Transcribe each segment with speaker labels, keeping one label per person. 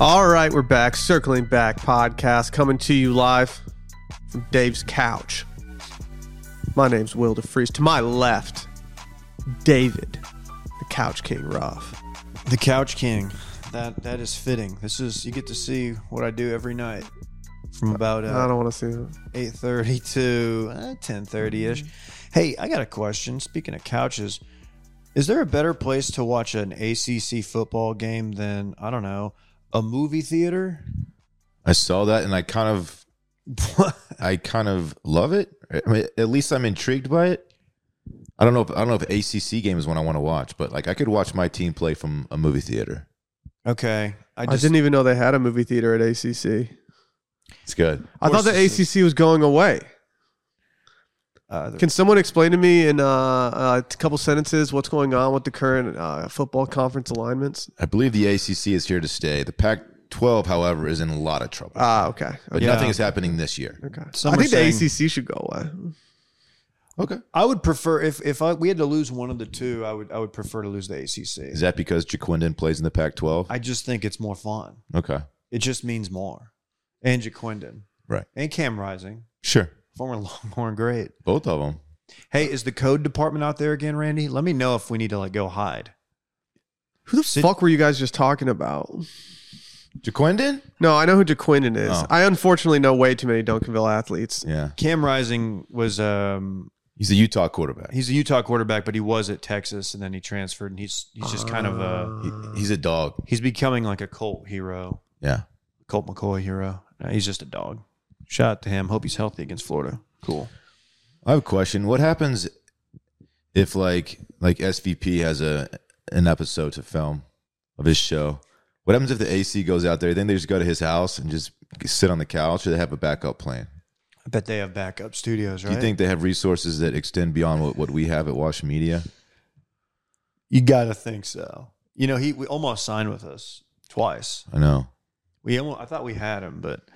Speaker 1: All right, we're back. Circling Back podcast coming to you live from Dave's couch. My name's Will DeFreeze. To my left, David, the Couch King Ruff.
Speaker 2: The Couch King. That that is fitting. This is you get to see what I do every night from about
Speaker 1: I
Speaker 2: uh,
Speaker 1: don't want to see that.
Speaker 2: eight thirty to uh, ten thirty ish. Hey, I got a question. Speaking of couches, is there a better place to watch an ACC football game than I don't know a movie theater?
Speaker 3: I saw that and I kind of I kind of love it. I mean, at least I'm intrigued by it. I don't know if I don't know if ACC game is one I want to watch, but like I could watch my team play from a movie theater.
Speaker 2: okay, I
Speaker 1: I
Speaker 2: just
Speaker 1: didn't even know they had a movie theater at ACC.
Speaker 3: It's good.
Speaker 1: I thought
Speaker 2: course
Speaker 1: the
Speaker 2: it's-
Speaker 1: ACC was going away.
Speaker 2: uh,
Speaker 1: Can someone explain to me in uh, uh, a couple sentences what's going on with the current uh, football conference alignments?
Speaker 3: I believe the ACC is here to stay. The Pac-12, however, is in a lot of trouble.
Speaker 1: Ah, okay.
Speaker 3: but
Speaker 1: okay.
Speaker 3: nothing is happening this year.
Speaker 1: okay.
Speaker 2: Some
Speaker 1: I
Speaker 2: are
Speaker 1: think
Speaker 2: saying-
Speaker 1: the ACC should go away.
Speaker 3: Okay.
Speaker 2: I would prefer if if I, we had to lose one of the two, I would I would prefer to lose the ACC.
Speaker 3: Is that because Jaquindon plays in the Pac-12?
Speaker 2: I just think it's more fun.
Speaker 3: Okay.
Speaker 2: It just means more. And Jaquindon.
Speaker 3: Right.
Speaker 2: And Cam Rising,
Speaker 3: Sure.
Speaker 2: former Longhorn great.
Speaker 3: Both of them.
Speaker 2: Hey, is the code department out there again, Randy? Let me know if we need to like go hide.
Speaker 1: Who the
Speaker 2: Sid-
Speaker 1: fuck were you guys just talking about?
Speaker 3: Jaquindon?
Speaker 1: No, I know who DeQuindon is.
Speaker 3: Oh.
Speaker 1: I unfortunately know way too many Duncanville athletes.
Speaker 3: Yeah.
Speaker 2: Cam Rising was um
Speaker 3: He's a Utah quarterback.
Speaker 2: he's a Utah quarterback, but he was at Texas and then he transferred and he's he's just kind of a
Speaker 3: He- he's a dog.
Speaker 2: he's becoming like a Colt hero,
Speaker 3: Yeah.
Speaker 2: Colt McCoy hero. No, he's just a dog. Shout out to him. Hope he's healthy against Florida. Cool.
Speaker 3: I have a question. What happens if like like SVP has a an episode to film of his show? What happens if the AC goes out there? Then they just go to his house and just sit on the couch, or they have a backup plan?
Speaker 2: I bet they have backup studios,
Speaker 3: Do
Speaker 2: right?
Speaker 3: you think they have resources that extend beyond what, what we have at Wash Media?
Speaker 2: You gotta think so. You know, he we almost signed with us twice.
Speaker 3: I know.
Speaker 2: We almost, I thought we had him, but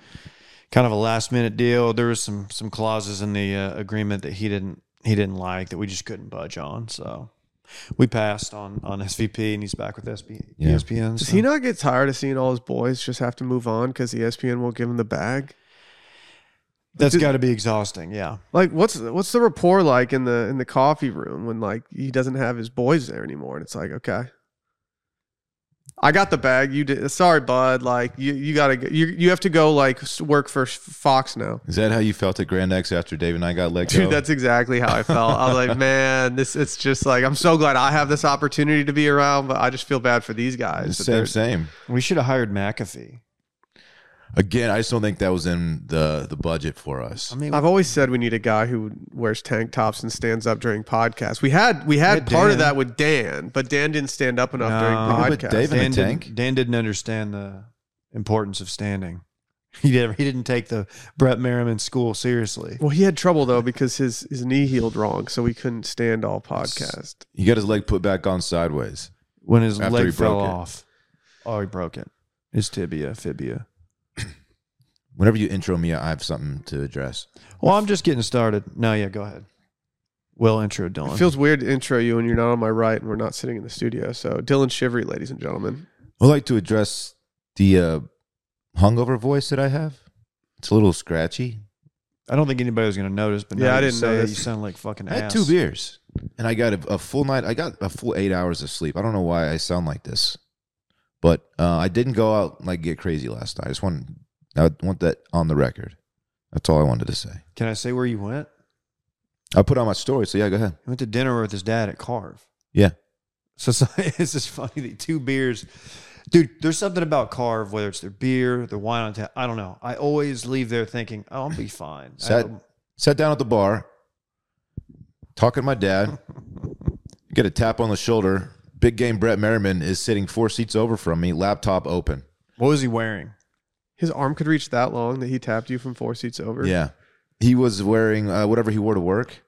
Speaker 2: kind of a last minute deal. There was some some clauses in the uh, agreement that he didn't he didn't like that we just couldn't budge on. So we passed on on SVP, and he's back with E SB,
Speaker 3: Yeah.
Speaker 2: ESPN.
Speaker 1: Does
Speaker 2: so-
Speaker 1: he not get tired of seeing all his boys just have to move on E because ESPN will give him the bag?
Speaker 2: That's
Speaker 1: Did-
Speaker 2: got to be exhausting. Yeah,
Speaker 1: Like, what's what's the rapport like in the in the coffee room when like he doesn't have his boys there anymore? And it's like, okay, I got the bag. You did. Sorry, bud. Like, you you gotta go- you you have to go like s- work for Fox now.
Speaker 3: Is that how you felt at Grand X after Dave and I got let go?
Speaker 1: Dude, that's exactly how I felt. I was like, man, this it's just like I'm so glad I have this opportunity to be around, but I just feel bad for these guys. that
Speaker 3: same,
Speaker 1: they're-
Speaker 3: same.
Speaker 2: we should have hired McAfee.
Speaker 3: Again, I just don't think that was in the the budget for us.
Speaker 2: I mean,
Speaker 1: I've always said we need a guy who wears tank tops and stands up during podcasts. We had we had
Speaker 2: Yeah,
Speaker 1: part of
Speaker 2: Dan.
Speaker 1: that with Dan, but Dan didn't stand up enough
Speaker 2: No.
Speaker 1: during
Speaker 3: But
Speaker 1: podcasts.
Speaker 3: David-
Speaker 2: Dan,
Speaker 3: in the
Speaker 2: didn't,
Speaker 3: tank.
Speaker 2: Dan didn't understand the importance of standing. He didn't. He didn't take the Brett Merriman school seriously.
Speaker 1: well, he had trouble though because his his knee healed wrong, so he couldn't stand all podcast.
Speaker 3: he got his leg put back on sideways.
Speaker 2: when his
Speaker 3: After he
Speaker 2: leg fell
Speaker 3: broke it.
Speaker 2: off. Oh, he broke it. His tibia, fibia.
Speaker 3: Whenever you intro me, I have something to address.
Speaker 2: Well, I'm just getting started. No, yeah, go ahead. Well, intro, Dylan.
Speaker 1: It feels weird to intro you when you're not on my right and we're not sitting in the studio. So Dylan Shivery, ladies and gentlemen.
Speaker 3: I'd like to address the uh, hungover voice that I have. It's a little scratchy.
Speaker 2: I don't think anybody was going to notice, but
Speaker 1: Yeah,
Speaker 2: now
Speaker 1: I
Speaker 2: that you
Speaker 1: didn't
Speaker 2: say that,
Speaker 1: notice.
Speaker 2: You sound like fucking
Speaker 3: I had
Speaker 2: ass.
Speaker 3: two beers, and I got a, a full night. I got a full eight hours of sleep. I don't know why I sound like this, but uh, I didn't go out and, like get crazy last night. I just want I want that on the record. That's all I wanted to say.
Speaker 2: Can I say where you went?
Speaker 3: I put on my story, so yeah, go ahead.
Speaker 2: He went to dinner with his dad at Carve.
Speaker 3: Yeah,
Speaker 2: So it's, it's just funny that two beers, dude. There's something about Carve, whether it's their beer, their wine on tap. I don't know. I always leave there thinking, "Oh, I'll be fine." I
Speaker 3: sat
Speaker 2: don't-
Speaker 3: sat down at the bar, talking to my dad. Get a tap on the shoulder. Big game. Brett Merriman is sitting four seats over from me, laptop open.
Speaker 2: What was he wearing?
Speaker 1: His arm could reach that long that he tapped you from four seats over.
Speaker 3: Yeah, he was wearing uh, whatever he wore to work.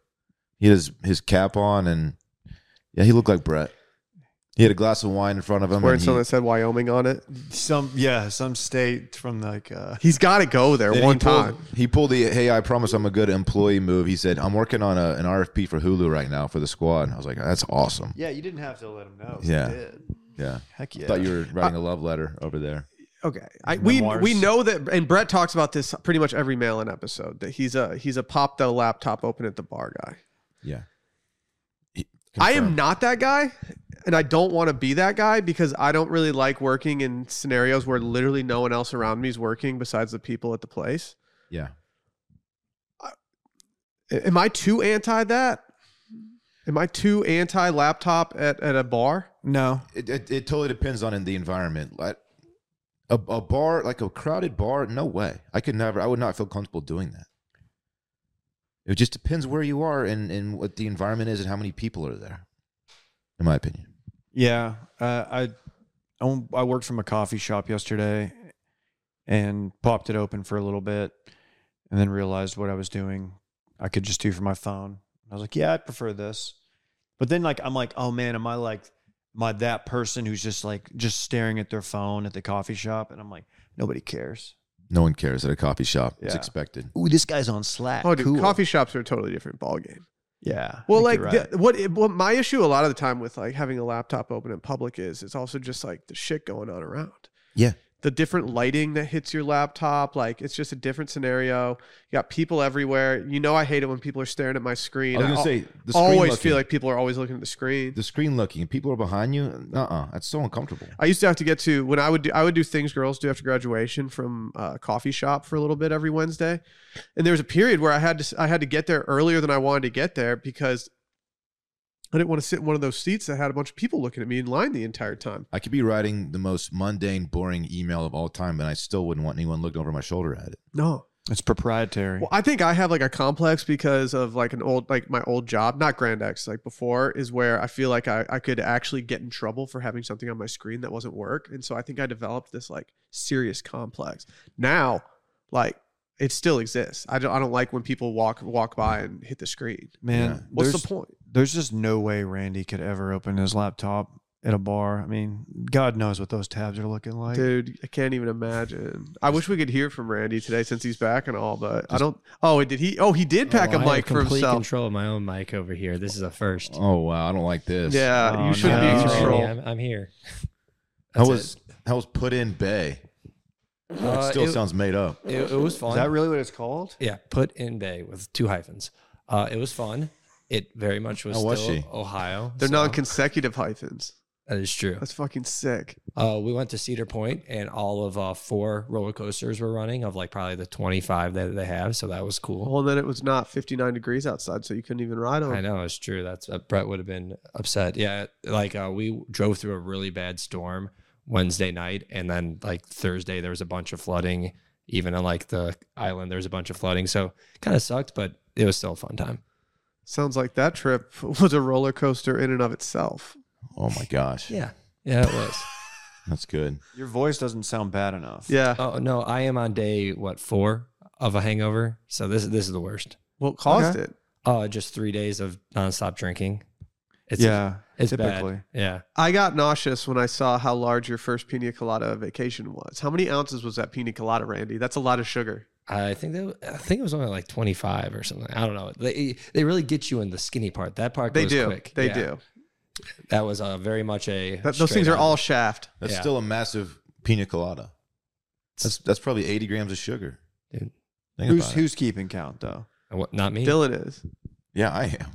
Speaker 3: He had his, his cap on, and yeah, he looked like Brett. He had a glass of wine in front of him.
Speaker 1: Wearing
Speaker 3: and he-
Speaker 1: something that said Wyoming on it.
Speaker 2: Some yeah, some state from like uh,
Speaker 1: He's got to go there
Speaker 3: then
Speaker 1: one
Speaker 3: he pulled-
Speaker 1: time.
Speaker 3: he pulled the "Hey, I promise I'm a good employee" move. He said, "I'm working on a, an RFP for Hulu right now for the squad." And I was like, "That's awesome."
Speaker 2: Yeah, you didn't have to let him know.
Speaker 3: Yeah.
Speaker 2: You did.
Speaker 3: Yeah,
Speaker 2: Heck yeah.
Speaker 3: thought you were writing a love letter over there.
Speaker 1: okay. I, we
Speaker 2: Memoirs.
Speaker 1: we know that, and Brett talks about this pretty much every mail-in episode. That he's a he's a pop the laptop open at the bar guy.
Speaker 3: Yeah.
Speaker 1: I am not that guy, and I don't want to be that guy because I don't really like working in scenarios where literally no one else around me is working besides the people at the place.
Speaker 3: Yeah.
Speaker 1: A- Am I too anti that? Am I too anti laptop at, at a bar?
Speaker 2: No,
Speaker 3: It, it, it totally depends on the environment. Like a, a bar, like a crowded bar, no way. I could never, I would not feel comfortable doing that. It just depends where you are and, and what the environment is and how many people are there, in my opinion.
Speaker 2: Yeah, uh, I own- I worked from a coffee shop yesterday and popped it open for a little bit, and then realized what I was doing. I could just do from my phone. I was like, yeah, I'd prefer this. But then like I'm like, oh man, am I like am I that person who's just like just staring at their phone at the coffee shop? And I'm like, nobody cares.
Speaker 3: No one cares at a coffee shop. It's
Speaker 2: Yeah.
Speaker 3: expected.
Speaker 2: Ooh, this guy's on Slack.
Speaker 1: Oh, dude,
Speaker 2: Cool.
Speaker 1: coffee shops are a totally different ballgame.
Speaker 2: Yeah.
Speaker 1: Well,
Speaker 2: I think
Speaker 1: like
Speaker 2: you're right.
Speaker 1: the- what, what my issue a lot of the time with like having a laptop open in public is it's also just like the shit going on around.
Speaker 3: Yeah.
Speaker 1: The different lighting that hits your laptop, like it's just a different scenario. You got people everywhere. You know, I hate it when people are staring at my screen.
Speaker 3: I was
Speaker 1: al-
Speaker 3: gonna say the screen
Speaker 1: always
Speaker 3: looking,
Speaker 1: feel like people are always looking at the screen.
Speaker 3: the screen looking. People are behind you. Uh uh That's so uncomfortable.
Speaker 1: I used to have to get to when I would do I would do things girls do after graduation from a coffee shop for a little bit every Wednesday, and there was a period where I had to I had to get there earlier than I wanted to get there because I didn't want to sit in one of those seats that had a bunch of people looking at me in line the entire time.
Speaker 3: I could be writing the most mundane, boring email of all time, and I still wouldn't want anyone looking over my shoulder at it.
Speaker 1: No,
Speaker 2: it's proprietary.
Speaker 1: well I think I have like a complex because of like an old like my old job, not Grand X like before is where I feel like I I could actually get in trouble for having something on my screen that wasn't work, and so I think I developed this like serious complex. Now, like it still exists. I don't I don't like when people walk walk by and hit the screen.
Speaker 2: man,
Speaker 3: Yeah.
Speaker 1: What's
Speaker 2: there's-
Speaker 1: the point?
Speaker 2: there's just no way Randy could ever open his laptop at a bar. I mean, God knows what those tabs are looking like.
Speaker 1: Dude, I can't even imagine. I wish we could hear from Randy today since he's back and all, but I don't. Oh, did he? Oh, he did pack
Speaker 4: Oh,
Speaker 1: a
Speaker 4: I have
Speaker 1: mic for
Speaker 4: complete
Speaker 1: himself.
Speaker 4: Control of my own mic over here. This is a first.
Speaker 3: Oh wow, I don't like this.
Speaker 1: Yeah,
Speaker 2: Oh,
Speaker 1: you shouldn't be
Speaker 4: Randy,
Speaker 1: in
Speaker 2: no.
Speaker 1: control.
Speaker 4: I'm, I'm here.
Speaker 3: I
Speaker 4: That's
Speaker 3: was I was put in bay.
Speaker 4: it.
Speaker 3: It
Speaker 4: Uh,
Speaker 3: still
Speaker 4: it,
Speaker 3: sounds made up.
Speaker 4: it- it was fun.
Speaker 2: Is that really what it's called?
Speaker 4: yeah, put in bay with two hyphens. Uh, it was fun. It very much was
Speaker 3: How was
Speaker 4: still
Speaker 3: she?
Speaker 4: Ohio.
Speaker 1: They're
Speaker 4: so
Speaker 1: non-consecutive hyphens.
Speaker 4: That is true.
Speaker 1: That's fucking sick.
Speaker 4: Uh, we went to Cedar Point, and all of uh, four roller coasters were running of like probably the 25 that they have. So that was cool.
Speaker 1: Well, then it was not 59 degrees outside, so you couldn't even ride on.
Speaker 4: I know it's true. That's uh, Brett would have been upset. Yeah, like uh, we drove through a really bad storm Wednesday night, and then like Thursday there was a bunch of flooding. Even on like the island, there was a bunch of flooding. So kind of sucked, but it was still a fun time.
Speaker 1: Sounds like that trip was a roller coaster in and of itself.
Speaker 3: Oh my gosh.
Speaker 4: Yeah, yeah, it was.
Speaker 3: That's good.
Speaker 2: Your voice doesn't sound bad enough.
Speaker 1: Yeah.
Speaker 4: oh no, I am on day what four of a hangover. So this this is the worst.
Speaker 1: What caused it?
Speaker 4: Uh, just three days of nonstop drinking. It's,
Speaker 2: yeah.
Speaker 4: it's
Speaker 2: typically.
Speaker 4: bad. Yeah,
Speaker 1: I got nauseous when I saw how large your first pina colada vacation was. How many ounces was that pina colada, Randy? That's a lot of sugar.
Speaker 4: I think that I think it was only like twenty five or something. I don't know. They they really get you in the skinny part. That part
Speaker 1: They
Speaker 4: goes
Speaker 1: do.
Speaker 4: Quick.
Speaker 1: They
Speaker 4: Yeah.
Speaker 1: do.
Speaker 4: That was uh, very much a.
Speaker 1: That, those
Speaker 4: straight
Speaker 1: things are
Speaker 4: up.
Speaker 1: all shaft.
Speaker 3: That's
Speaker 4: Yeah.
Speaker 3: still a massive pina colada. That's that's probably eighty grams of sugar.
Speaker 4: Dude.
Speaker 3: Think
Speaker 2: Who's
Speaker 3: about it.
Speaker 2: who's keeping count though?
Speaker 4: What, not me.
Speaker 1: Dylan is.
Speaker 3: Yeah, I am.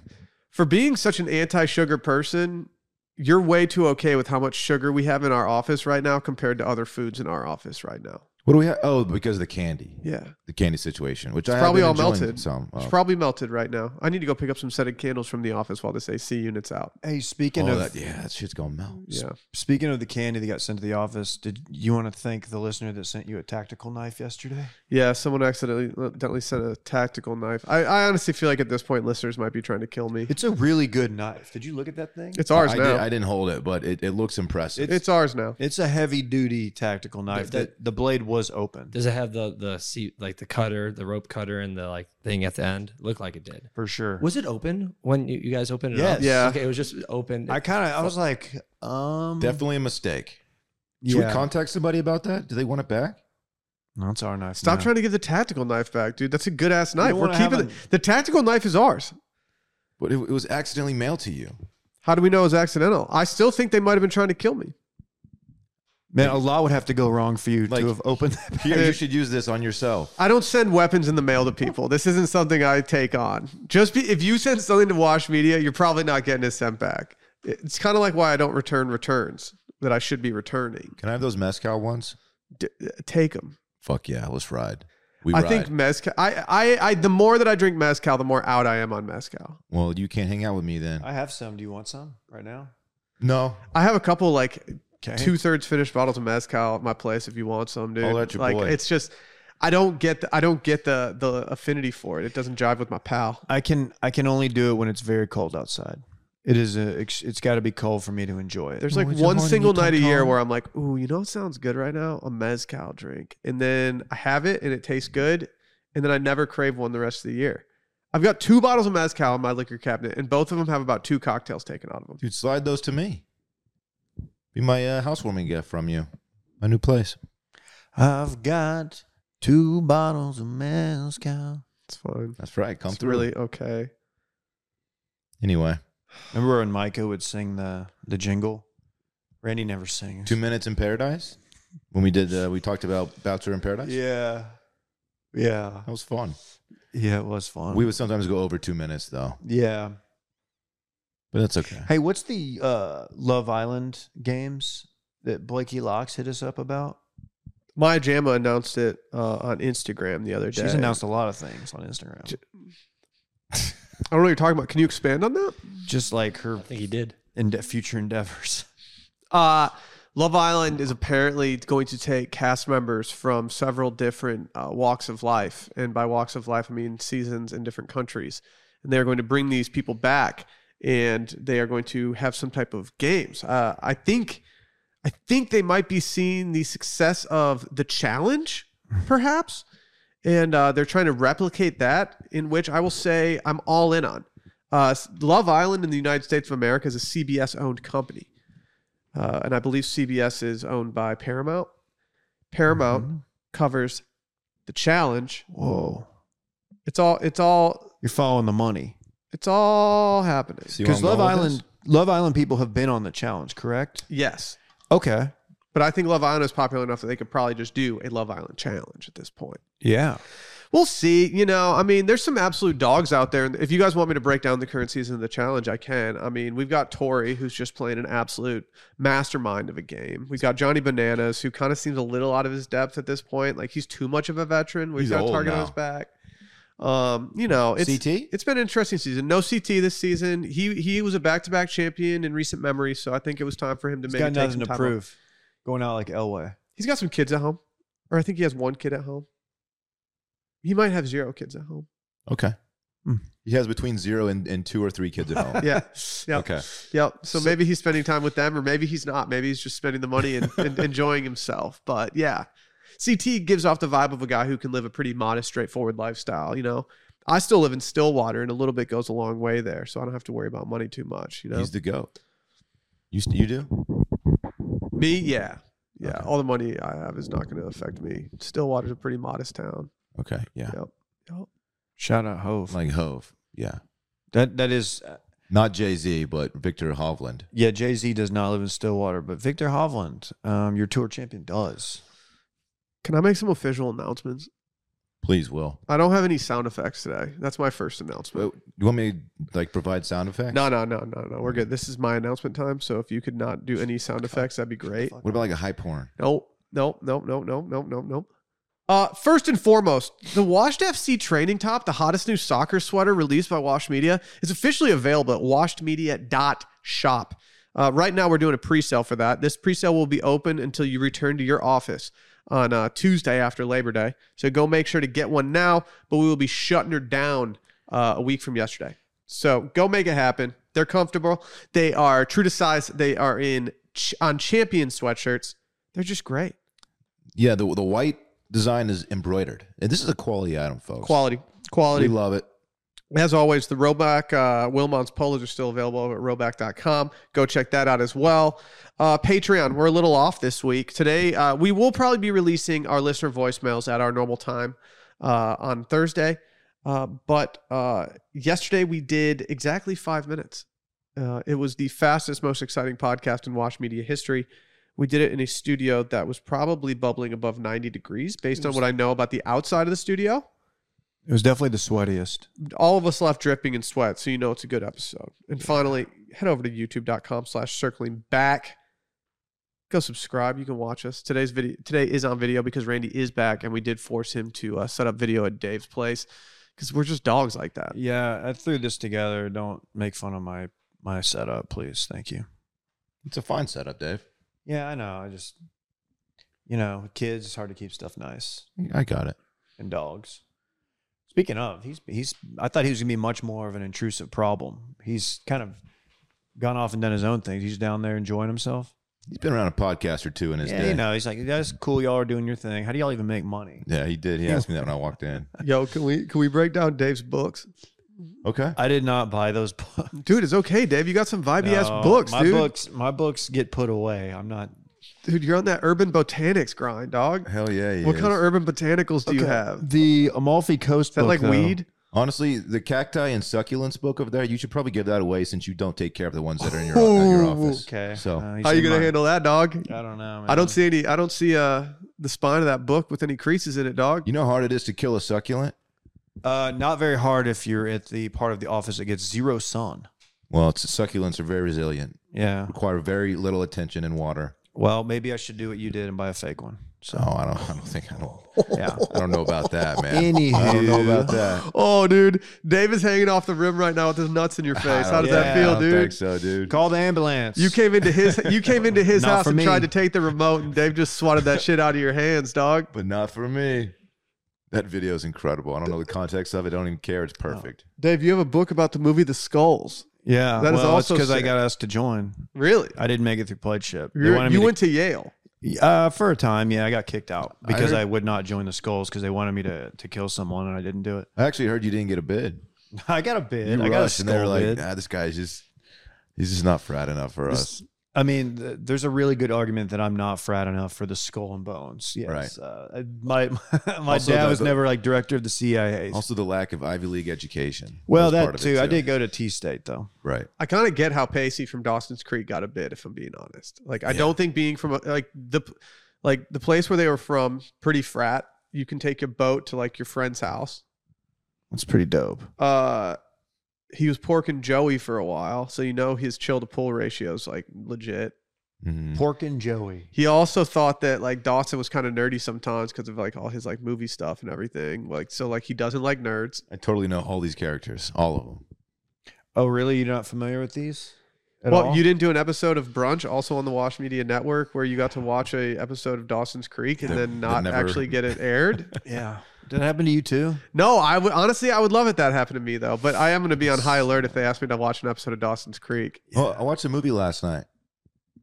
Speaker 1: For being such an anti sugar person, you're way too okay with how much sugar we have in our office right now compared to other foods in our office right now.
Speaker 3: What do we have? Oh, because of the candy.
Speaker 1: Yeah.
Speaker 3: The candy situation, which
Speaker 1: It's
Speaker 3: I have
Speaker 1: probably
Speaker 3: been
Speaker 1: all
Speaker 3: enjoying
Speaker 1: melted.
Speaker 3: Some. Oh,
Speaker 1: It's
Speaker 3: of.
Speaker 1: probably melted right now. I need to go pick up some scented candles from the office while this AC unit's out.
Speaker 2: Hey, speaking
Speaker 3: Oh,
Speaker 2: of
Speaker 3: that- yeah, that shit's gonna melt.
Speaker 1: Yeah.
Speaker 2: speaking of the candy that got sent to the office, did you want to thank the listener that sent you a tactical knife yesterday?
Speaker 1: Yeah, someone accidentally accidentally sent a tactical knife. I, I honestly feel like at this point, listeners might be trying to kill me.
Speaker 2: It's a really good knife. Did you look at that thing?
Speaker 1: It's ours
Speaker 3: I,
Speaker 1: now.
Speaker 3: Did, I didn't hold it, but it, it looks impressive.
Speaker 1: it's ours now.
Speaker 2: It's a heavy duty tactical knife.
Speaker 4: Th-
Speaker 2: that the blade was open
Speaker 4: Does it have the the seat like the cutter, the rope cutter, and the like thing at the end? Looked like it did.
Speaker 2: for sure.
Speaker 4: Was it open when you, you guys opened it up?
Speaker 2: Yes.
Speaker 1: Yeah.
Speaker 4: Okay, it was just open.
Speaker 2: I kind of I was like, um,
Speaker 3: Definitely a mistake. Should we
Speaker 2: yeah.
Speaker 3: contact somebody about that? Do they want it back?
Speaker 2: no, it's our knife.
Speaker 1: Stop
Speaker 2: now.
Speaker 1: trying to give the tactical knife back, dude. That's a good ass knife.
Speaker 2: don't
Speaker 1: We're
Speaker 2: wanna have
Speaker 1: keeping it.
Speaker 2: a-
Speaker 1: The tactical knife is ours.
Speaker 3: But it, it was accidentally mailed to you.
Speaker 1: How do we know it was accidental? I still think they might have been trying to kill me.
Speaker 2: Man, a lot would have to go wrong for you
Speaker 3: Like-
Speaker 2: to have opened that.
Speaker 3: Here, you should use this on yourself.
Speaker 1: I don't send weapons in the mail to people. This isn't something I take on. Just be, if you send something to Wash Media, you're probably not getting it sent back. It's kind of like why I don't return returns that I should be returning.
Speaker 3: Can I have those mezcal ones?
Speaker 1: D- take them.
Speaker 3: Fuck yeah, let's ride. We
Speaker 1: I
Speaker 3: ride.
Speaker 1: think mezcal. I, I, I, the more that I drink mezcal, the more out I am on mezcal.
Speaker 3: well, you can't hang out with me then.
Speaker 2: I have some. Do you want some right now?
Speaker 3: no,
Speaker 1: I have a couple like
Speaker 2: Okay.
Speaker 1: two thirds finished bottles of mezcal at my place if you want some, dude.
Speaker 3: I'll let your
Speaker 1: like
Speaker 3: boy.
Speaker 1: it's just I don't get the, I don't get the the affinity for it. It doesn't jive with my pal.
Speaker 2: I can I can only do it when it's very cold outside. It is a ex- it's got to be cold for me to enjoy it.
Speaker 1: There's like one single night a year where I'm like, ooh, you know what sounds good right now? A mezcal drink. And then I have it and it tastes good. And then I never crave one the rest of the year. I've got two bottles of mezcal in my liquor cabinet, and both of them have about two cocktails taken out of them.
Speaker 3: dude, slide those to me. Be my uh, housewarming gift from you. My new place.
Speaker 2: I've got two bottles of mezcal.
Speaker 1: It's fine.
Speaker 3: That's right. Come
Speaker 1: it's
Speaker 3: through.
Speaker 1: really okay.
Speaker 3: Anyway,
Speaker 2: Remember when Micah would sing the the jingle? Randy never sings.
Speaker 3: two minutes in paradise. When we did, uh, we talked about Bachelor in Paradise.
Speaker 2: Yeah, yeah,
Speaker 3: that was fun.
Speaker 2: yeah. It was fun.
Speaker 3: We would sometimes go over two minutes though,
Speaker 2: yeah.
Speaker 3: but that's okay.
Speaker 2: Hey, what's the uh, Love Island games that Blakey Locks hit us up about?
Speaker 1: My Jamma announced it uh, on Instagram the other day.
Speaker 2: She's announced a lot of things on Instagram.
Speaker 1: J- I don't know what you're talking about. Can you expand on that?
Speaker 2: Just like her
Speaker 4: I think he did.
Speaker 2: ende- future endeavors.
Speaker 1: Uh, Love Island is apparently going to take cast members from several different uh, walks of life. And by walks of life, I mean seasons in different countries. And they're going to bring these people back and they are going to have some type of games. Uh, I think. I think they might be seeing the success of the challenge, perhaps, and uh, they're trying to replicate that. In which I will say I'm all in on. Uh, Love Island in the United States of America is a CBS-owned company, uh, and I believe CBS is owned by Paramount. Paramount covers the challenge.
Speaker 2: Whoa,
Speaker 1: It's all. It's all.
Speaker 2: you're following the money
Speaker 1: It's all happening.
Speaker 3: See where
Speaker 2: because
Speaker 3: I'm going
Speaker 2: Love
Speaker 3: with
Speaker 2: Island,
Speaker 3: this?
Speaker 2: Love Island people have been on the challenge, correct?
Speaker 1: Yes,
Speaker 2: Okay,
Speaker 1: but I think Love Island is popular enough that they could probably just do a Love Island challenge at this point.
Speaker 2: yeah.
Speaker 1: We'll see. You know, I mean, there's some absolute dogs out there. And if you guys want me to break down the current season of the challenge, I can. I mean, we've got Tori, who's just playing an absolute mastermind of a game. We've got Johnny Bananas, who kind of seems a little out of his depth at this point. Like he's too much of a veteran. We've
Speaker 3: He's
Speaker 1: got
Speaker 3: old
Speaker 1: Target on
Speaker 3: now.
Speaker 1: his back. Um, you know, it's
Speaker 3: CT.
Speaker 1: it's been an interesting season. No CT this season. He he was a back to back champion in recent memory, so I think it was time for him to
Speaker 2: He's
Speaker 1: maybe
Speaker 2: got
Speaker 1: take
Speaker 2: nothing
Speaker 1: some
Speaker 2: to
Speaker 1: time off.
Speaker 2: prove. Going out like Elway.
Speaker 1: He's got some kids at home, or I think he has one kid at home. He might have zero kids at home.
Speaker 3: Okay.
Speaker 2: Hmm.
Speaker 3: He has between zero and, and two or three kids at home.
Speaker 1: Yeah. Yeah.
Speaker 3: Okay.
Speaker 1: Yep. So,
Speaker 2: So-
Speaker 1: maybe he's spending time with them, or maybe he's not. Maybe he's just spending the money and, and enjoying himself. But yeah, CT gives off the vibe of a guy who can live a pretty modest, straightforward lifestyle. You know, I still live in Stillwater, and a little bit goes a long way there, so I don't have to worry about money too much. You know,
Speaker 3: He's the goat. You st- you do?
Speaker 1: me, yeah, yeah.
Speaker 3: Okay.
Speaker 1: All the money I have is not going to affect me. Stillwater's a pretty modest town.
Speaker 3: Okay. Yeah.
Speaker 2: Shout out Hove.
Speaker 3: Like Hove. Yeah.
Speaker 2: that that is uh,
Speaker 3: Not Jay Z, but Victor Hovland.
Speaker 2: yeah. Jay Z does not live in Stillwater, but Victor Hovland, um, your tour champion, does.
Speaker 1: Can I make some official announcements?
Speaker 3: Please, Will.
Speaker 1: I don't have any sound effects today. That's my first announcement.
Speaker 3: But you want me to like provide sound effects?
Speaker 1: No, no, no, no, no. We're good. This is my announcement time. So if you could not do any sound effects, that'd be great.
Speaker 3: What about like a hype horn?
Speaker 1: No, no, no, no, no, no, no, no. Uh, first and foremost, the Washed FC training top, the hottest new soccer sweater released by Washed Media, is officially available at washedmedia.shop. Uh, right now, we're doing a pre sale for that. This pre sale will be open until you return to your office on uh, Tuesday after Labor Day. So go make sure to get one now, but we will be shutting her down uh, a week from yesterday. So go make it happen. They're comfortable. They are true to size. They are in ch- on champion sweatshirts. They're just great.
Speaker 3: Yeah, the the white design is embroidered. And this is a quality item, folks.
Speaker 1: Quality,
Speaker 3: We
Speaker 1: quality.
Speaker 3: love it.
Speaker 1: As always, the Roback uh, Wilmont's polos are still available over at roback.com. Go check that out as well. Uh, Patreon, we're a little off this week. Today, uh, we will probably be releasing our listener voicemails at our normal time uh, on Thursday. Uh, but uh, yesterday, we did exactly five minutes. Uh, it was the fastest, most exciting podcast in Watch Media history. We did it in a studio that was probably bubbling above 90 degrees based on what I know about the outside of the studio.
Speaker 2: It was definitely the sweatiest.
Speaker 1: All of us left dripping in sweat, so you know it's a good episode. And finally, head over to youtube.com slash circling back. Go subscribe. You can watch us. Today's video today is on video because Randy is back and we did force him to uh, set up video at Dave's place because we're just dogs like that.
Speaker 2: Yeah, I threw this together. Don't make fun of my my setup, please. Thank you.
Speaker 3: It's a fine setup, Dave.
Speaker 2: Yeah, I know. I just, you know, kids. It's hard to keep stuff nice
Speaker 3: I got it.
Speaker 2: and dogs. Speaking of, he's he's. I thought he was gonna be much more of an intrusive problem. He's kind of gone off and done his own things. He's down there enjoying himself.
Speaker 3: He's been around a podcast or two in his
Speaker 2: yeah,
Speaker 3: day.
Speaker 2: you know, he's like, that's cool. Y'all are doing your thing. How do y'all even make money?
Speaker 3: Yeah, he did. He asked me that when I walked in.
Speaker 1: Yo, can we can we break down Dave's books?
Speaker 3: Okay.
Speaker 2: I did not buy those books.
Speaker 1: Dude, it's okay, Dave. You got some vibey ass
Speaker 2: No,
Speaker 1: books,
Speaker 2: my
Speaker 1: dude.
Speaker 2: books, my books get put away. I'm not.
Speaker 1: Dude, you're on that urban botanics grind, dog.
Speaker 3: Hell yeah. he
Speaker 1: What kind
Speaker 3: is.
Speaker 1: of urban botanicals do you have? Is
Speaker 2: the Amalfi Coast?
Speaker 1: that
Speaker 2: book,
Speaker 1: like
Speaker 2: though.
Speaker 1: weed?
Speaker 3: Honestly, the cacti and succulents book over there, you should probably give that away since you don't take care of the ones that are in your, at your
Speaker 1: Oh,
Speaker 3: office.
Speaker 2: Okay.
Speaker 3: So
Speaker 2: Uh, he's
Speaker 1: How you
Speaker 2: in
Speaker 1: gonna
Speaker 2: my-
Speaker 1: handle that, dog?
Speaker 2: I don't know.
Speaker 1: I don't
Speaker 2: man.
Speaker 1: see any. I don't see uh the spine of that book with any creases in it, dog.
Speaker 3: you know how hard it is to kill a succulent?
Speaker 2: Uh, not very hard if you're at the part of the office that gets zero sun.
Speaker 3: Well, it's, succulents are very resilient,
Speaker 2: Yeah.
Speaker 3: require very little attention and water.
Speaker 2: Well, maybe I should do what you did and buy a fake one.
Speaker 3: So I don't, I don't think I don't,
Speaker 2: Yeah.
Speaker 3: I don't know about that, man.
Speaker 2: Anywho,
Speaker 3: Oh. I don't know about that.
Speaker 1: Oh, dude, Dave is hanging off the rim right now with his nuts in your face. How does that
Speaker 2: Yeah,
Speaker 1: feel,
Speaker 3: I don't think
Speaker 1: dude?
Speaker 3: so, dude.
Speaker 2: call the ambulance.
Speaker 1: You came into his. You came into his
Speaker 2: Not
Speaker 1: house
Speaker 2: for
Speaker 1: and
Speaker 2: me.
Speaker 1: tried to take the remote, and Dave just swatted that shit out of your hands, dog.
Speaker 3: But not for me. That video is incredible. I don't know the context of it. I don't even care.
Speaker 2: Oh.
Speaker 3: It's perfect.
Speaker 1: Dave, you have a book about the movie The Skulls.
Speaker 2: Yeah.
Speaker 1: That is
Speaker 2: well,
Speaker 1: also
Speaker 2: because I
Speaker 1: sick.
Speaker 2: got asked to join.
Speaker 1: Really?
Speaker 2: I didn't make it through pledge ship. They
Speaker 1: You're-
Speaker 2: wanted me
Speaker 1: you
Speaker 2: to-
Speaker 1: went to Yale.
Speaker 2: uh, for a time. Yeah, I got kicked out
Speaker 3: I
Speaker 2: because
Speaker 3: heard-
Speaker 2: I, would not join the skulls because they wanted me to to kill someone and I didn't do it.
Speaker 3: I actually heard you didn't get a bid.
Speaker 2: I got a bid.
Speaker 3: You
Speaker 2: I got a
Speaker 3: rushed,
Speaker 2: skull
Speaker 3: and they were like,
Speaker 2: bid.
Speaker 3: "Ah, this guy's just, he's just not frat enough for us."
Speaker 2: This- I mean, th- there's a really good argument that I'm not frat enough for the skull and bones. Yes. Uh, my my
Speaker 3: Also,
Speaker 2: dad
Speaker 3: the-
Speaker 2: was
Speaker 3: the-
Speaker 2: never like director of the CIA.
Speaker 3: Also, the lack of Ivy League education.
Speaker 2: well,
Speaker 3: was
Speaker 2: that
Speaker 3: part of it,
Speaker 2: too. I did go to T State though.
Speaker 3: Right.
Speaker 1: I kind of get how Pacey from Dawson's Creek got a bid, if I'm being honest. Like, I don't think being from a, like the like the place where they were from, pretty frat. You can take a boat to like your friend's house.
Speaker 2: That's pretty dope.
Speaker 1: Uh, he was porking Joey for a while, so you know his chill to pull ratio is like legit.
Speaker 3: Mhm.
Speaker 2: Pork and Joey.
Speaker 1: He also thought that like Dawson was kind of nerdy sometimes because of like all his like movie stuff and everything. Like, so like he doesn't like nerds.
Speaker 3: I totally know all these characters, all of them.
Speaker 2: Oh, really? You're not familiar with these? At
Speaker 1: well,
Speaker 2: all?
Speaker 1: you didn't do an episode of Brunch, also on the Wash Media Network, where you got to watch a episode of Dawson's Creek and
Speaker 3: That-
Speaker 1: then
Speaker 3: that
Speaker 1: not
Speaker 3: never-
Speaker 1: actually get it aired.
Speaker 2: yeah. Did it happen to you too?
Speaker 1: no, I would honestly, I would love it that happened to me though. But I am going to be on high alert if they ask me to watch an episode of Dawson's Creek.
Speaker 3: Oh, I watched a movie last night.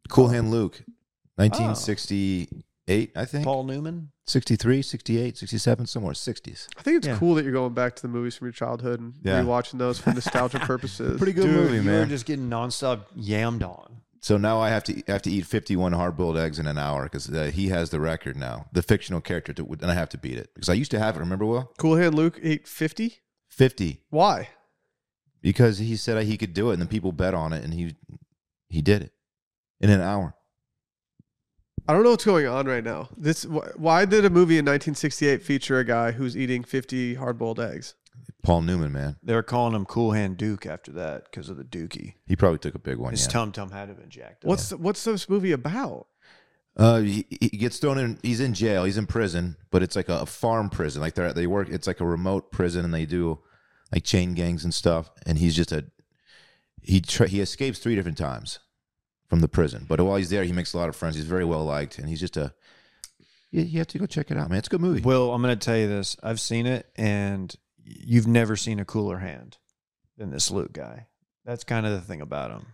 Speaker 3: Cool Hand Luke, 1968, I think.
Speaker 2: Paul Newman.
Speaker 3: 63, 68, 67, somewhere 60s.
Speaker 1: I think it's
Speaker 2: Yeah.
Speaker 1: cool that you're going back to the movies from your childhood and
Speaker 3: Yeah.
Speaker 1: rewatching those for nostalgia purposes.
Speaker 3: Pretty good movie,
Speaker 2: you were
Speaker 3: man.
Speaker 2: just getting nonstop yammed on.
Speaker 3: so now I have to I have to eat 51 hard-boiled eggs in an hour because uh, he has the record now, the fictional character, to, and I have to beat it because I used to have it. Remember, Will?
Speaker 1: Cool Hand Luke ate fifty.
Speaker 3: 50
Speaker 1: Why?
Speaker 3: because he said he could do it, and then people bet on it, and he he did it in an hour.
Speaker 1: I don't know what's going on right now. This wh- why did a movie in 1968 feature a guy who's eating 50 hard-boiled eggs?
Speaker 3: Paul Newman, man,
Speaker 2: They were calling him Cool Hand Duke after that because of the Dookie.
Speaker 3: he probably took a big one.
Speaker 2: His
Speaker 3: yeah.
Speaker 2: tum tum had to have been jacked up.
Speaker 1: What's what's this movie about?
Speaker 3: Uh, he, he gets thrown in. He's in jail. He's in prison, but it's like a, a farm prison. Like they they work. It's like a remote prison, and they do like chain gangs and stuff. And he's just a he tra- he escapes three different times from the prison. But while he's there, he makes a lot of friends. He's very well liked, and he's just a. You, you have to go check it out, man. It's a good movie.
Speaker 2: Will, I'm going to tell you this. I've seen it, and you've never seen a cooler hand than this Luke guy. That's kind of the thing about him.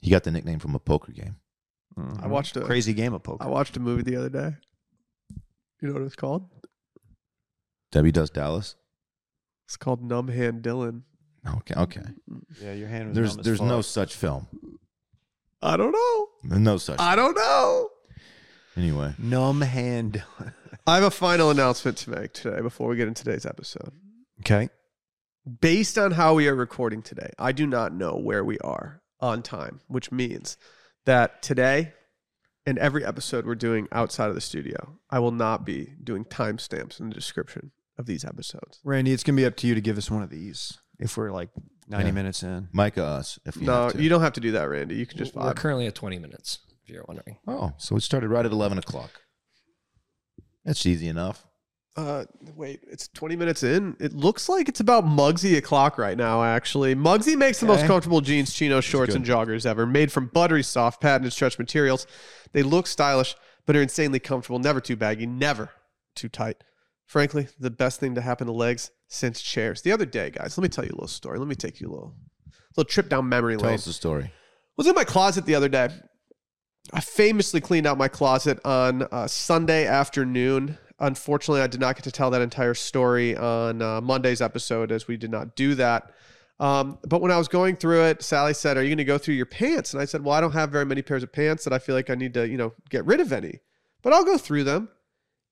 Speaker 3: He got the nickname from a poker game.
Speaker 2: Mm-hmm.
Speaker 1: I watched a-
Speaker 2: crazy game of poker.
Speaker 1: I watched a movie the other day. You know what it's called?
Speaker 3: Debbie does Dallas.
Speaker 1: It's called Numb Hand Dylan.
Speaker 3: Okay, okay.
Speaker 2: yeah, your hand was
Speaker 3: There's
Speaker 2: numb as
Speaker 3: there's no
Speaker 2: fuck.
Speaker 3: such film.
Speaker 1: I don't know.
Speaker 3: No such.
Speaker 1: I don't know.
Speaker 3: Anyway,
Speaker 2: numb hand.
Speaker 1: I have a final announcement to make today before we get into today's episode.
Speaker 2: okay.
Speaker 1: Based on how we are recording today, I do not know where we are on time, which means that today and every episode we're doing outside of the studio, I will not be doing timestamps in the description of these episodes.
Speaker 2: Randy, it's gonna be up to you to give us one of these if we're like 90
Speaker 3: Yeah.
Speaker 2: minutes in.
Speaker 3: Micah us if you
Speaker 1: no,
Speaker 3: have to.
Speaker 1: you don't have to do that, Randy. You can just
Speaker 4: Just we're
Speaker 1: vibe.
Speaker 4: currently at 20 minutes, if you're wondering.
Speaker 3: oh, so it started right at eleven o'clock. That's easy enough.
Speaker 1: Uh, wait, it's 20 minutes in. It looks like it's about Mugsy o'clock right now, actually. Mugsy makes the most
Speaker 2: Okay.
Speaker 1: comfortable jeans, chino shorts,
Speaker 3: good.
Speaker 1: and joggers ever, made from buttery soft, patented stretch materials. They look stylish, but are insanely comfortable, never too baggy, never too tight. Frankly, the best thing to happen to legs since chairs. The other day, guys, let me tell you a little story. Let me take you a little, little trip down memory
Speaker 3: Tell
Speaker 1: lane
Speaker 3: us the story.
Speaker 1: was in my closet the other day. I famously cleaned out my closet on uh, Sunday afternoon. Unfortunately, I did not get to tell that entire story on uh, Monday's episode as we did not do that. Um, but when I was going through it, Sally said, "Are you going to go through your pants?" And I said, "Well, I don't have very many pairs of pants that I feel like I need to, you know, get rid of any, but I'll go through them."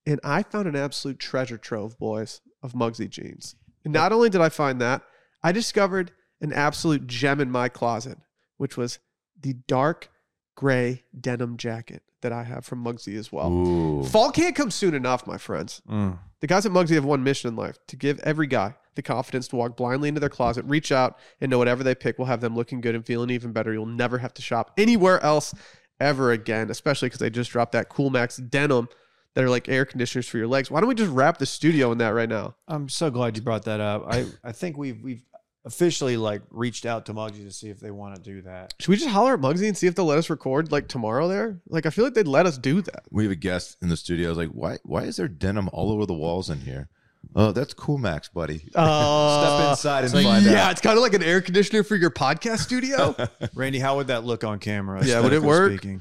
Speaker 1: And I found an absolute treasure trove, boys, of Mugsy jeans. And not only did I find that, I discovered an absolute gem in my closet, which was the dark gray denim jacket that I have from Muggsy as well.
Speaker 3: Ooh.
Speaker 1: Fall can't come soon enough, my friends.
Speaker 2: Mm.
Speaker 1: The guys at Muggsy have one mission in life to give every guy the confidence to walk blindly into their closet, reach out, and know whatever they pick will have them looking good and feeling even better. You'll never have to shop anywhere else ever again, especially because they just dropped that Cool Max denim that are like air conditioners for your legs. Why don't we just wrap the studio in that right now?
Speaker 2: I'm so glad you brought that up. I, I think we've we've officially like reached out to Muggsy to see if they want to do that.
Speaker 1: Should we just holler at Muggsy and see if they'll let us record like tomorrow there? Like, I feel like they'd let us do that.
Speaker 3: We have a guest in the studio. I was like, why? Why is there denim all over the walls in here? Oh, that's cool, Max, buddy. Step
Speaker 1: Uh,
Speaker 3: inside and
Speaker 1: Like,
Speaker 3: find
Speaker 1: yeah,
Speaker 3: out.
Speaker 1: it's kind of like an air conditioner for your podcast studio.
Speaker 2: Randy, how would that look on camera?
Speaker 1: Yeah, would it
Speaker 2: aesthetically
Speaker 1: work?
Speaker 2: Speaking?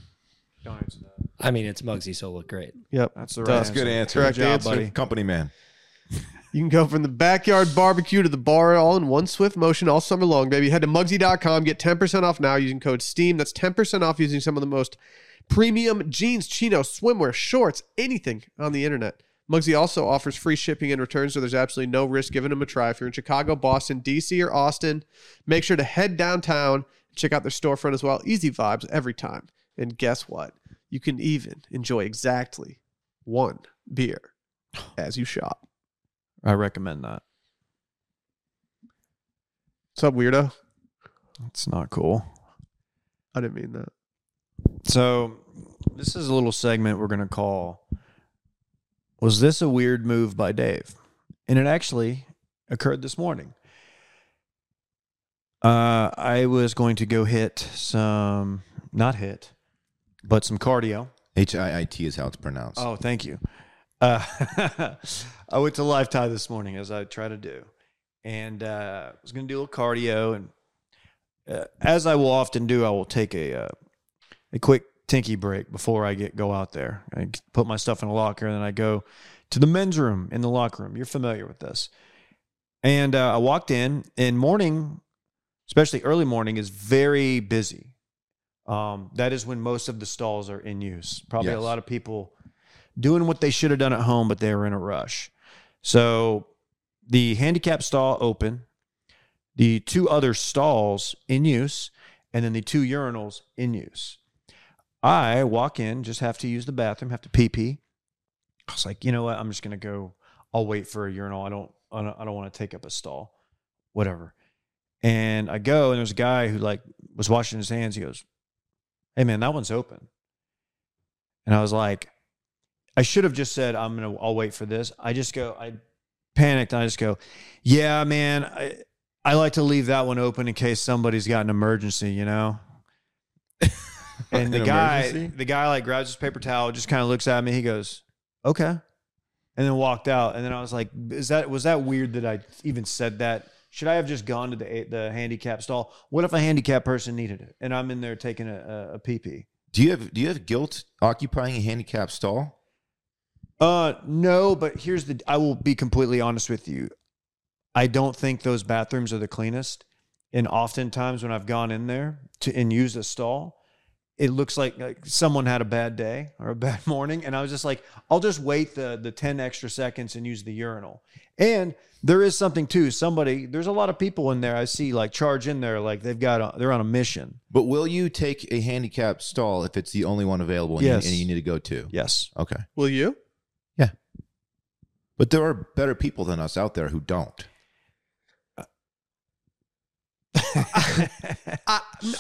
Speaker 2: Don't answer that.
Speaker 4: I mean, it's Muggsy, so it'll look great.
Speaker 1: yep.
Speaker 2: That's the right.
Speaker 1: That's
Speaker 3: That's a good answer.
Speaker 1: Correct
Speaker 2: job,
Speaker 1: answer.
Speaker 2: buddy.
Speaker 3: Company man.
Speaker 1: You can go from the backyard barbecue to the bar all in one swift motion all summer long, baby. Head to mugsy.com, get 10% off now using code STEAM. That's 10% off using some of the most premium jeans, chinos, swimwear, shorts, anything on the internet. Mugsy also offers free shipping and returns, so there's absolutely no risk giving them a try. If you're in Chicago, Boston, DC, or Austin, make sure to head downtown and check out their storefront as well. Easy vibes every time. And guess what? You can even enjoy exactly one beer as you shop.
Speaker 2: I recommend that.
Speaker 1: What's up, weirdo?
Speaker 2: It's not cool.
Speaker 1: I didn't mean that.
Speaker 2: So this is a little segment we're gonna call. Was this a weird move by Dave? And it actually occurred this morning. Uh, I was going to go hit some, not hit, but some cardio.
Speaker 3: H i i t is how it's pronounced.
Speaker 2: Oh, thank you. Uh, I went to Live Tie this morning, as I try to do, and uh, I was going to do a little cardio. And uh, as I will often do, I will take a uh, a quick tinky break before I get go out there. I g- put my stuff in a locker, and then I go to the men's room in the locker room. You're familiar with this. And uh, I walked in, and morning, especially early morning, is very busy. Um, that is when most of the stalls are in use. Probably a
Speaker 3: Yes.
Speaker 2: lot of people doing what they should have done at home, but they were in a rush. So the handicap stall open, the two other stalls in use, and then the two urinals in use. I walk in, just have to use the bathroom, have to pee pee. I was like, you know what? I'm just gonna go. I'll wait for a urinal. I don't. I don't, I don't want to take up a stall. Whatever. And I go, and there's a guy who like was washing his hands. He goes, "Hey man, that one's open." And I was like, I should have just said, "I'm gonna. I'll wait for this." I just go. I panicked. And I just go, "Yeah, man. I I like to leave that one open in case somebody's got an emergency, you know." and the
Speaker 3: An
Speaker 2: guy,
Speaker 3: emergency?
Speaker 2: the guy, like grabs his paper towel, just kind of looks at me. He goes, "Okay," and then walked out. And then I was like, "Is that was that weird that I even said that?" Should I have just gone to the the handicap stall? What if a handicapped person needed it and I'm in there taking a, a, a pee pee?
Speaker 3: Do you have do you have guilt occupying a handicapped stall?
Speaker 2: Uh, no, but here's the I will be completely honest with you. I don't think those bathrooms are the cleanest. And oftentimes when I've gone in there to and used a stall, it looks like, like someone had a bad day or a bad morning, and I was just like, I'll just wait the the ten extra seconds and use the urinal. And there is something too. Somebody, there's a lot of people in there. I see like charge in there, like they've got a, they're on a mission.
Speaker 3: But will you take a handicap stall if it's the only one available and,
Speaker 2: Yes.
Speaker 3: you, and you need to go to?
Speaker 2: Yes,
Speaker 3: Okay.
Speaker 1: Will you?
Speaker 3: But there are better people than us out there who don't.
Speaker 1: I, n-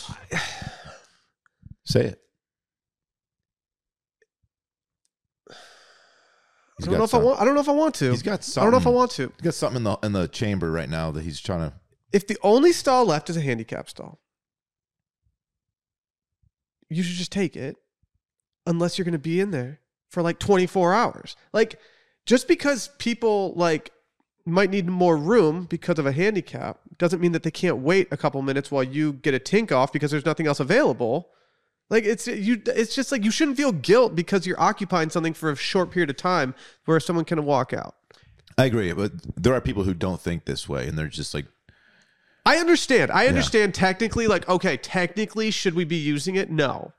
Speaker 3: Say
Speaker 1: I
Speaker 3: it. He's
Speaker 1: don't know
Speaker 3: got
Speaker 1: if I
Speaker 3: some-
Speaker 1: want. I don't know if I want to.
Speaker 3: He's got something.
Speaker 1: I don't know if I want to.
Speaker 3: He's got something in the in the chamber right now that he's trying to.
Speaker 1: If the only stall left is a handicap stall, you should just take it, unless you're going to be in there for like 24 hours. Like, just because people like might need more room because of a handicap doesn't mean that they can't wait a couple minutes while you get a tink off because there's nothing else available. Like it's you. It's just like you shouldn't feel guilt because you're occupying something for a short period of time where someone can walk out.
Speaker 3: I agree, but there are people who don't think this way, and they're just like,
Speaker 1: I understand. I understand technically, like, okay, technically, should we be using it? No.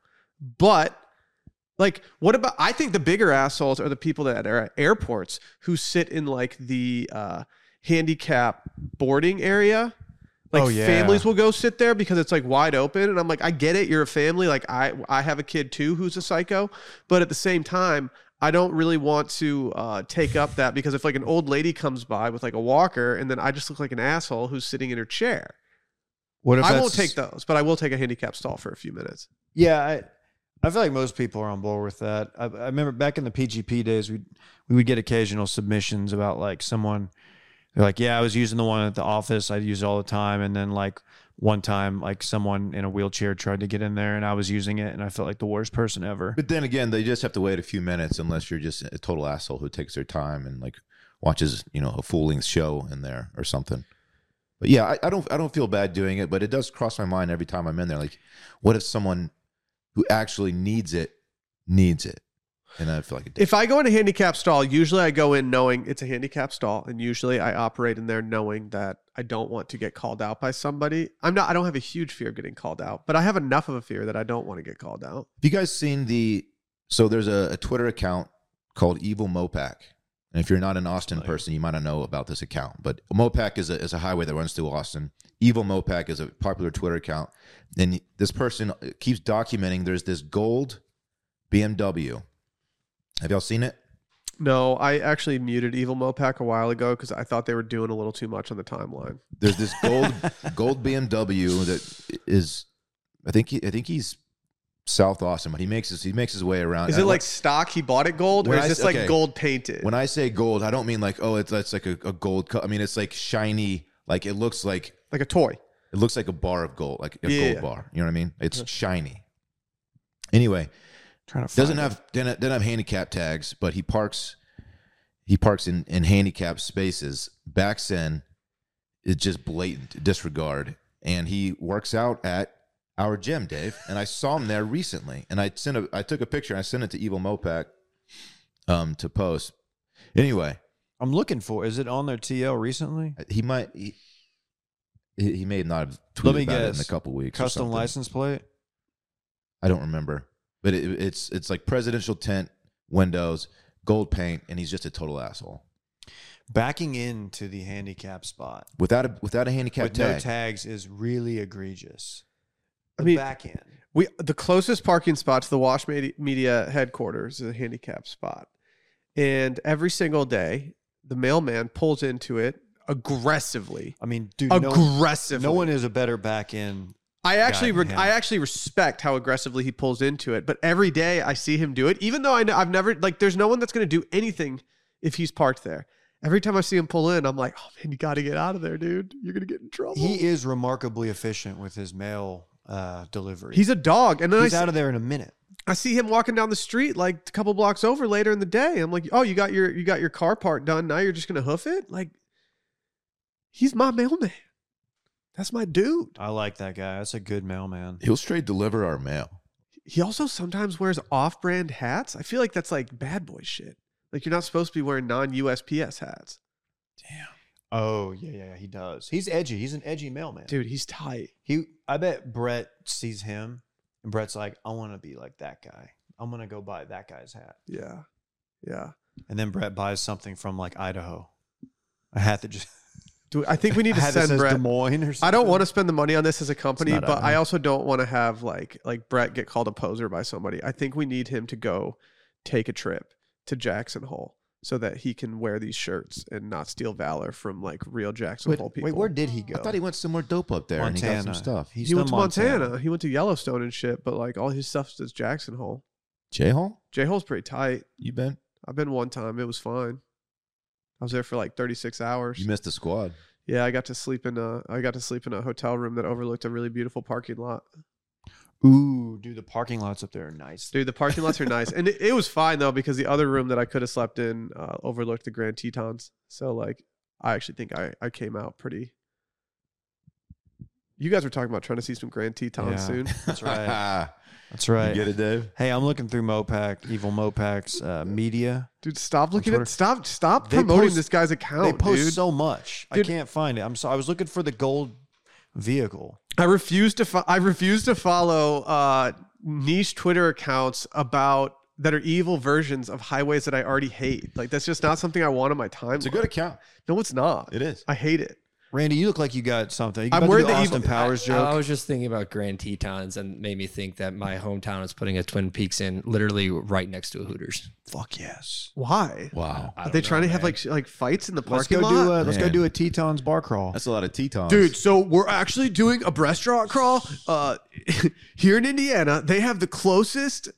Speaker 1: But, like, what about? I think the bigger assholes are the people that are at airports who sit in, like, the uh, handicap boarding area. Like
Speaker 2: Oh, yeah.
Speaker 1: families will go sit there because it's like wide open, and I'm like, I get it, you're a family. Like I, I have a kid too who's a psycho, but at the same time, I don't really want to uh, take up that because if like an old lady comes by with like a walker, and then I just look like an asshole who's sitting in her chair.
Speaker 2: What if
Speaker 1: I
Speaker 2: that's-
Speaker 1: won't take those, but I will take a handicap stall for a few minutes.
Speaker 2: Yeah, I, I feel like most people are on board with that. I, I remember back in the PGP days, we we would get occasional submissions about like someone, they're like, yeah, I was using the one at the office, I use it all the time, and then like one time, like someone in a wheelchair tried to get in there, and I was using it, and I felt like the worst person ever.
Speaker 3: But then again, they just have to wait a few minutes unless you're just a total asshole who takes their time and like watches, you know, a full length show in there or something. But yeah, I, I don't I don't feel bad doing it, but it does cross my mind every time I'm in there. Like, what if someone who actually needs it needs it? And I feel like it
Speaker 1: If I go in a handicap stall, usually I go in knowing it's a handicap stall, and usually I operate in there knowing that I don't want to get called out by somebody. I'm not. I don't have a huge fear of getting called out, but I have enough of a fear that I don't want to get called out.
Speaker 3: Have you guys seen the? So there's a, a Twitter account called Evil Mopac, and if you're not an Austin
Speaker 2: Like-
Speaker 3: person, you might not know about this account. But Mopac is a is a highway that runs through Austin. Evil Mopac is a popular Twitter account, and this person keeps documenting. There's this gold BMW. Have y'all seen it?
Speaker 1: No, I actually muted Evil Mopac a while ago because I thought they were doing a little too much on the timeline.
Speaker 3: There's this gold gold BMW that is, I think he, I think he's South Austin, but he makes his he makes his way around.
Speaker 1: Is
Speaker 3: And
Speaker 1: it
Speaker 3: I
Speaker 1: like stock? He bought it gold, or
Speaker 3: When
Speaker 1: is
Speaker 3: I
Speaker 1: this
Speaker 3: s-
Speaker 1: like
Speaker 3: okay.
Speaker 1: gold painted?
Speaker 3: When I say gold, I don't mean like oh, it's that's like a, a gold. Co- I mean it's like shiny. Like it looks like
Speaker 1: like a toy.
Speaker 3: it looks like a bar of gold, like
Speaker 1: Yeah,
Speaker 3: a
Speaker 1: yeah. Uh-huh.
Speaker 3: gold bar. You know what I mean? It's shiny. Anyway,
Speaker 2: trying to
Speaker 3: doesn't
Speaker 2: find
Speaker 3: have doesn't doesn't have handicap tags, but he parks he parks in in handicap spaces. Backs in, it's just blatant disregard, and he works out at our gym, Dave. And I saw him there recently, and I sent a I took a picture and I sent it to Evil Mopac, um, to post. Anyway,
Speaker 2: it. I'm looking for. Is it on their TL recently?
Speaker 3: he might he, he he may not have tweeted
Speaker 2: Let me
Speaker 3: about it in
Speaker 2: guess.
Speaker 3: a couple weeks. or
Speaker 2: Custom
Speaker 3: something.
Speaker 2: license plate.
Speaker 3: I don't remember, but it, it's it's like presidential tent windows, gold paint, and he's just a total asshole
Speaker 2: Backing into the handicap spot
Speaker 3: without a without a handicap
Speaker 2: with
Speaker 3: tag.
Speaker 2: no tags is really egregious.
Speaker 1: I
Speaker 2: The
Speaker 1: mean-
Speaker 2: back end.
Speaker 1: We the closest parking spot to the Wash Medi- Media headquarters is a handicap spot, and every single day the mailman pulls into it aggressively.
Speaker 2: I mean, dude, no,
Speaker 1: aggressively.
Speaker 2: no one is a better back end
Speaker 1: I actually, re-
Speaker 2: got him.
Speaker 1: I actually respect how aggressively he pulls into it. But every day I see him do it, even though I know I've never like. There's no one that's going to do anything if he's parked there. Every time I see him pull in, I'm like, oh man, you got to get out of there, dude. You're going to get in trouble.
Speaker 2: He is remarkably efficient with his mail uh, delivery.
Speaker 1: He's a dog, and then I
Speaker 2: He's
Speaker 1: see,
Speaker 2: out of there in a minute.
Speaker 1: I see him walking down the street like a couple blocks over later in the day. I'm like, oh, you got your you got your car part done. Now you're just gonna hoof it? Like, he's my mailman. That's my dude.
Speaker 2: I like that guy. That's a good mailman.
Speaker 3: He'll straight deliver our mail.
Speaker 1: He also sometimes wears off-brand hats. I feel like that's like bad boy shit. Like you're not supposed to be wearing non-USPS hats,
Speaker 2: Oh yeah, yeah, yeah, he does. He's edgy. He's an edgy mailman.
Speaker 1: dude. He's tight.
Speaker 2: He, I bet Brett sees him And Brett's like, I want to be like that guy. I'm gonna go buy that guy's hat.
Speaker 1: Yeah. Yeah.
Speaker 2: And then Brett buys something from like Idaho, a hat that just
Speaker 1: Do, I think we need
Speaker 2: a
Speaker 1: to
Speaker 2: hat
Speaker 1: send
Speaker 2: that says
Speaker 1: Brett.
Speaker 2: Des Moines or something.
Speaker 1: I don't want to spend the money on this as a company,
Speaker 2: Hmm. not
Speaker 1: but
Speaker 2: out.
Speaker 1: I also don't want to have like like Brett get called a poser by somebody. I think we need him to go take a trip to Jackson Hole so that he can wear these shirts and not steal valor from like real Jackson
Speaker 3: Wait,
Speaker 1: Hole people.
Speaker 2: Wait, where did he go?
Speaker 3: I thought he went somewhere dope up there and he got some stuff.
Speaker 2: He's
Speaker 1: he went to
Speaker 2: done
Speaker 1: Montana. He went to Yellowstone and shit, but like all his stuff says Jackson Hole.
Speaker 3: J Hole,
Speaker 1: J Hole's pretty tight.
Speaker 3: you been?
Speaker 1: I've been one time. It was fine. I was there for like 36 hours.
Speaker 3: You missed the squad.
Speaker 1: yeah, I got to sleep in a I got to sleep in a hotel room that overlooked a really beautiful parking lot.
Speaker 2: Ooh, dude, the parking lots up there are nice.
Speaker 1: Dude, the parking lots are nice, and it, it was fine though because the other room that I could have slept in uh, overlooked the Grand Tetons. So like, I actually think I I came out pretty. You guys were talking about trying to see some Grand Tetons
Speaker 2: Yeah.
Speaker 1: soon.
Speaker 2: That's right. That's right.
Speaker 3: You get it, Dave?
Speaker 2: Hey, I'm looking through Mopac, Evil Mopac's uh, media.
Speaker 1: Dude, stop looking
Speaker 2: Twitter.
Speaker 1: at stop stop
Speaker 2: They
Speaker 1: promoting
Speaker 2: post-
Speaker 1: this guy's account.
Speaker 2: they post
Speaker 1: Oh, dude.
Speaker 2: so much.
Speaker 1: Dude.
Speaker 2: I can't find it. I'm so I was looking for the gold vehicle.
Speaker 1: I refuse to fo- I refuse to follow uh, niche Twitter accounts about that are evil versions of highways that I already hate. Like that's just not something I want on my timeline.
Speaker 3: It's a good account.
Speaker 1: no, it's not.
Speaker 3: It is.
Speaker 1: I hate it.
Speaker 2: Randy, you look like you got something. You
Speaker 1: I'm
Speaker 2: about to
Speaker 1: worried
Speaker 2: do
Speaker 1: that
Speaker 2: Austin
Speaker 1: evil- uh,
Speaker 2: Powers
Speaker 4: I,
Speaker 2: joke.
Speaker 4: I was just thinking about Grand Tetons and made me think that my hometown is putting a Twin Peaks in literally right next to a Hooters.
Speaker 2: Fuck yes.
Speaker 1: Why?
Speaker 3: Wow.
Speaker 4: I
Speaker 1: Are
Speaker 4: don't
Speaker 1: they
Speaker 4: know,
Speaker 1: trying to have
Speaker 4: man.
Speaker 1: like sh- like fights in the
Speaker 2: Let's
Speaker 1: parking
Speaker 2: go
Speaker 1: lot?
Speaker 2: do uh, a, let's go
Speaker 3: Man.
Speaker 2: do a Tetons bar crawl.
Speaker 3: That's a lot of Tetons.
Speaker 1: Dude, so we're actually doing a restaurant crawl uh, here in Indiana. They have the closest.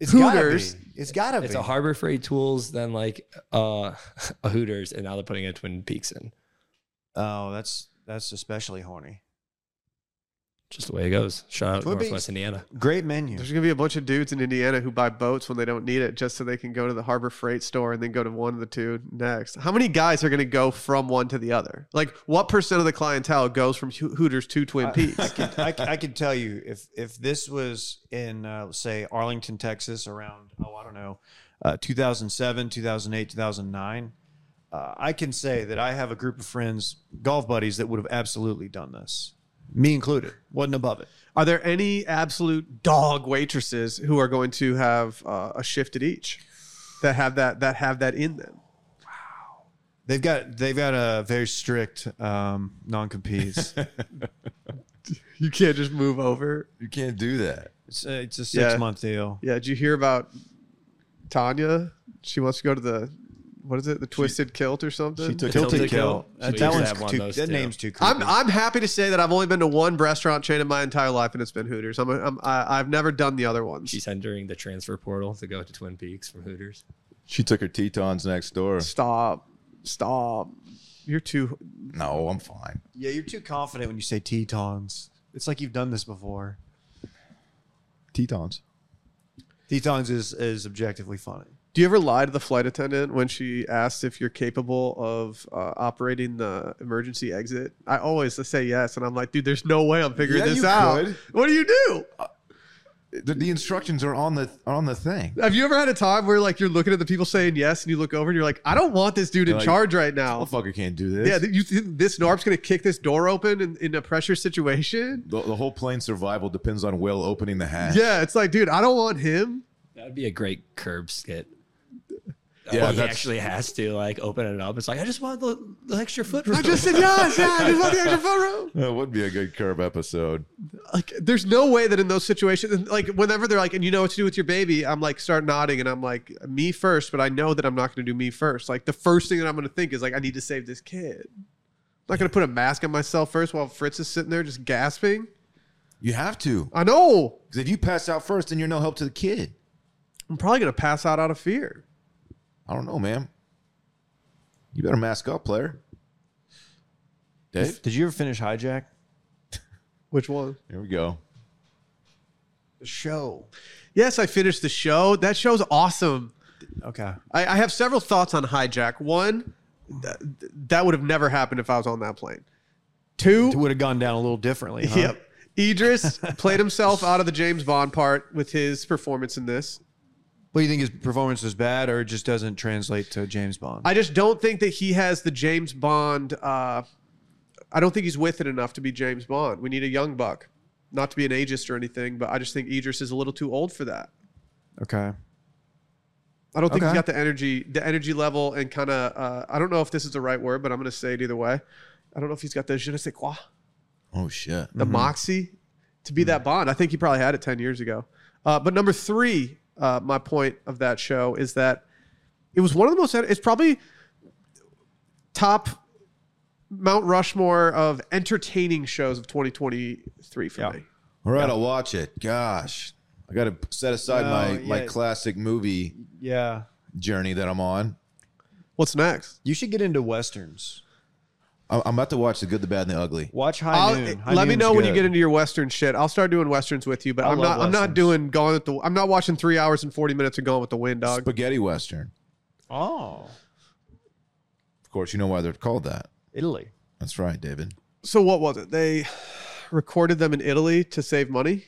Speaker 2: It's gotta
Speaker 1: Hooters.
Speaker 2: be. It's gotta be.
Speaker 4: It's a Harbor Freight Tools, then like uh, a Hooters, and now they're putting a Twin Peaks in.
Speaker 2: oh, that's that's especially horny.
Speaker 4: Just the way it goes. Shout out
Speaker 2: Twin Peaks.
Speaker 4: Northwest Indiana.
Speaker 2: Great menu.
Speaker 1: There's gonna be a bunch of dudes in Indiana who buy boats when they don't need it, just so they can go to the Harbor Freight store and then go to one of the two next. How many guys are gonna go from one to the other? Like, what percent of the clientele goes from Ho- Hooters to Twin
Speaker 2: I
Speaker 1: Peaks?
Speaker 2: can, I, can- I can tell you if if this was in uh, say Arlington, Texas, around oh I don't know, uh, 2007, 2008, 2009, uh, I can say that I have a group of friends, golf buddies, that would have absolutely done this, me included. wasn't above it.
Speaker 1: Are there any absolute dog waitresses who are going to have uh, a shift at each that have that that have that in them?
Speaker 2: They've got they've got a very strict um, non competes.
Speaker 1: You can't just move over.
Speaker 3: you can't do that.
Speaker 2: it's, a- it's a
Speaker 1: Yeah.
Speaker 2: six month deal.
Speaker 1: Yeah, did you hear about Tanya? She wants to go to the what is it, the Twisted Kilt or something?
Speaker 3: she took-
Speaker 2: Tilted
Speaker 4: Tilted
Speaker 2: kill.
Speaker 4: Kill.
Speaker 2: Uh, that
Speaker 4: We used to
Speaker 2: one's
Speaker 4: have one
Speaker 2: too,
Speaker 4: of those
Speaker 2: that
Speaker 4: too.
Speaker 2: name's too. Creepy.
Speaker 1: I'm I'm happy to say that I've only been to one restaurant chain in my entire life, and it's been Hooters. I'm a, I'm I, I've never done the other ones.
Speaker 4: She's entering the transfer portal to go to Twin Peaks from Hooters.
Speaker 3: She took her Tetons next door.
Speaker 1: Stop, stop. You're too.
Speaker 3: No, I'm fine.
Speaker 2: yeah, you're too confident when you say Tetons. It's like you've done this before.
Speaker 3: Tetons.
Speaker 2: Tetons is is objectively funny.
Speaker 1: Do you ever lie to the flight attendant when she asks if you're capable of uh, operating the emergency exit? I always say yes, and I'm like, dude, there's no way I'm figuring
Speaker 3: Yeah,
Speaker 1: this
Speaker 3: you
Speaker 1: out.
Speaker 3: could.
Speaker 1: What do you do?
Speaker 3: The, the instructions are on the are on the thing.
Speaker 1: Have you ever had a time where like you're looking at the people saying yes, and you look over and you're like, I don't want this dude in
Speaker 3: Like,
Speaker 1: charge right now.
Speaker 3: Motherfucker can't do this.
Speaker 1: Yeah, th- you think this NARP's gonna kick this door open in, in a pressure situation?
Speaker 3: the, the whole plane's survival depends on Will opening the hatch.
Speaker 1: Yeah, it's like, dude, I don't want him.
Speaker 4: That'd be a great curb skit.
Speaker 3: Yeah,
Speaker 4: Yeah, he
Speaker 3: that's-
Speaker 4: actually has to like open it up. It's like I just want the, the extra foot.
Speaker 1: I just said yes. Yeah, I just want the extra front row.
Speaker 3: That would be a good curb episode.
Speaker 1: Like, there's no way that in those situations, and, like whenever they're like, and you know what to do with your baby, I'm like, start nodding, and I'm like, me first, but I know that I'm not gonna do me first. Like the first thing that I'm gonna think is like, I need to save this kid. I'm not gonna put a mask on myself first while Fritz is sitting there just gasping.
Speaker 3: You have to.
Speaker 1: I know.
Speaker 3: Because if you pass out first, then you're no help to the kid.
Speaker 1: I'm probably gonna pass out out of fear.
Speaker 3: I don't know, ma'am. You better mask up, player. Dave?
Speaker 2: Did you ever finish Hijack?
Speaker 1: Which one?
Speaker 3: Here we go.
Speaker 2: The show.
Speaker 1: Yes, I finished the show. That show's awesome.
Speaker 2: Okay.
Speaker 1: I, I have several thoughts on hijack. One, th- th- that would have never happened if I was on that plane.
Speaker 2: It
Speaker 1: Two,
Speaker 2: would have gone down a little differently. Huh?
Speaker 1: yep. Idris played himself out of the James Bond part with his performance in this.
Speaker 2: What do you think his performance was bad or it just doesn't translate to James Bond?
Speaker 1: I just don't think that he has the James Bond. Uh, I don't think he's with it enough to be James Bond. We need a young buck. not to be an ageist or anything, but I just think Idris is a little too old for that.
Speaker 2: Okay.
Speaker 1: I don't think
Speaker 2: Okay.
Speaker 1: he's got the energy, the energy level, and kind of. Uh, I don't know if this is the right word, but I'm going to say it either way. I don't know if he's got the je ne sais quoi,
Speaker 3: Oh shit.
Speaker 1: the
Speaker 2: Mm-hmm.
Speaker 1: moxie to be that Bond. I think he probably had it ten years ago. Uh, but number three, uh, my point of that show is that it was one of the most. It's probably top Mount Rushmore of entertaining shows of 2023 for
Speaker 2: Yeah.
Speaker 1: me.
Speaker 3: All right, I'll watch it. Gosh, I got to set aside my
Speaker 2: No,
Speaker 3: my
Speaker 2: yeah.
Speaker 3: classic movie
Speaker 2: Yeah.
Speaker 3: journey that I'm on.
Speaker 1: What's next?
Speaker 2: You should get into westerns.
Speaker 3: I- I'm about to watch The Good, the Bad, and the Ugly.
Speaker 2: Watch High
Speaker 1: I'll,
Speaker 2: Noon. High
Speaker 1: let me
Speaker 2: Noon's
Speaker 1: know when you
Speaker 2: good.
Speaker 1: get into your Western shit. I'll start doing Westerns with you, but
Speaker 2: I
Speaker 1: I'm
Speaker 2: love
Speaker 1: not. I'm not
Speaker 2: Westerns.
Speaker 1: doing Gone with the. I'm not watching three hours and forty minutes of Gone with the Wind, dog.
Speaker 3: Spaghetti Western.
Speaker 2: Oh,
Speaker 3: Of course, you know why they're called that.
Speaker 2: Italy.
Speaker 3: That's right, David.
Speaker 1: So what was it? They recorded them in Italy to save money,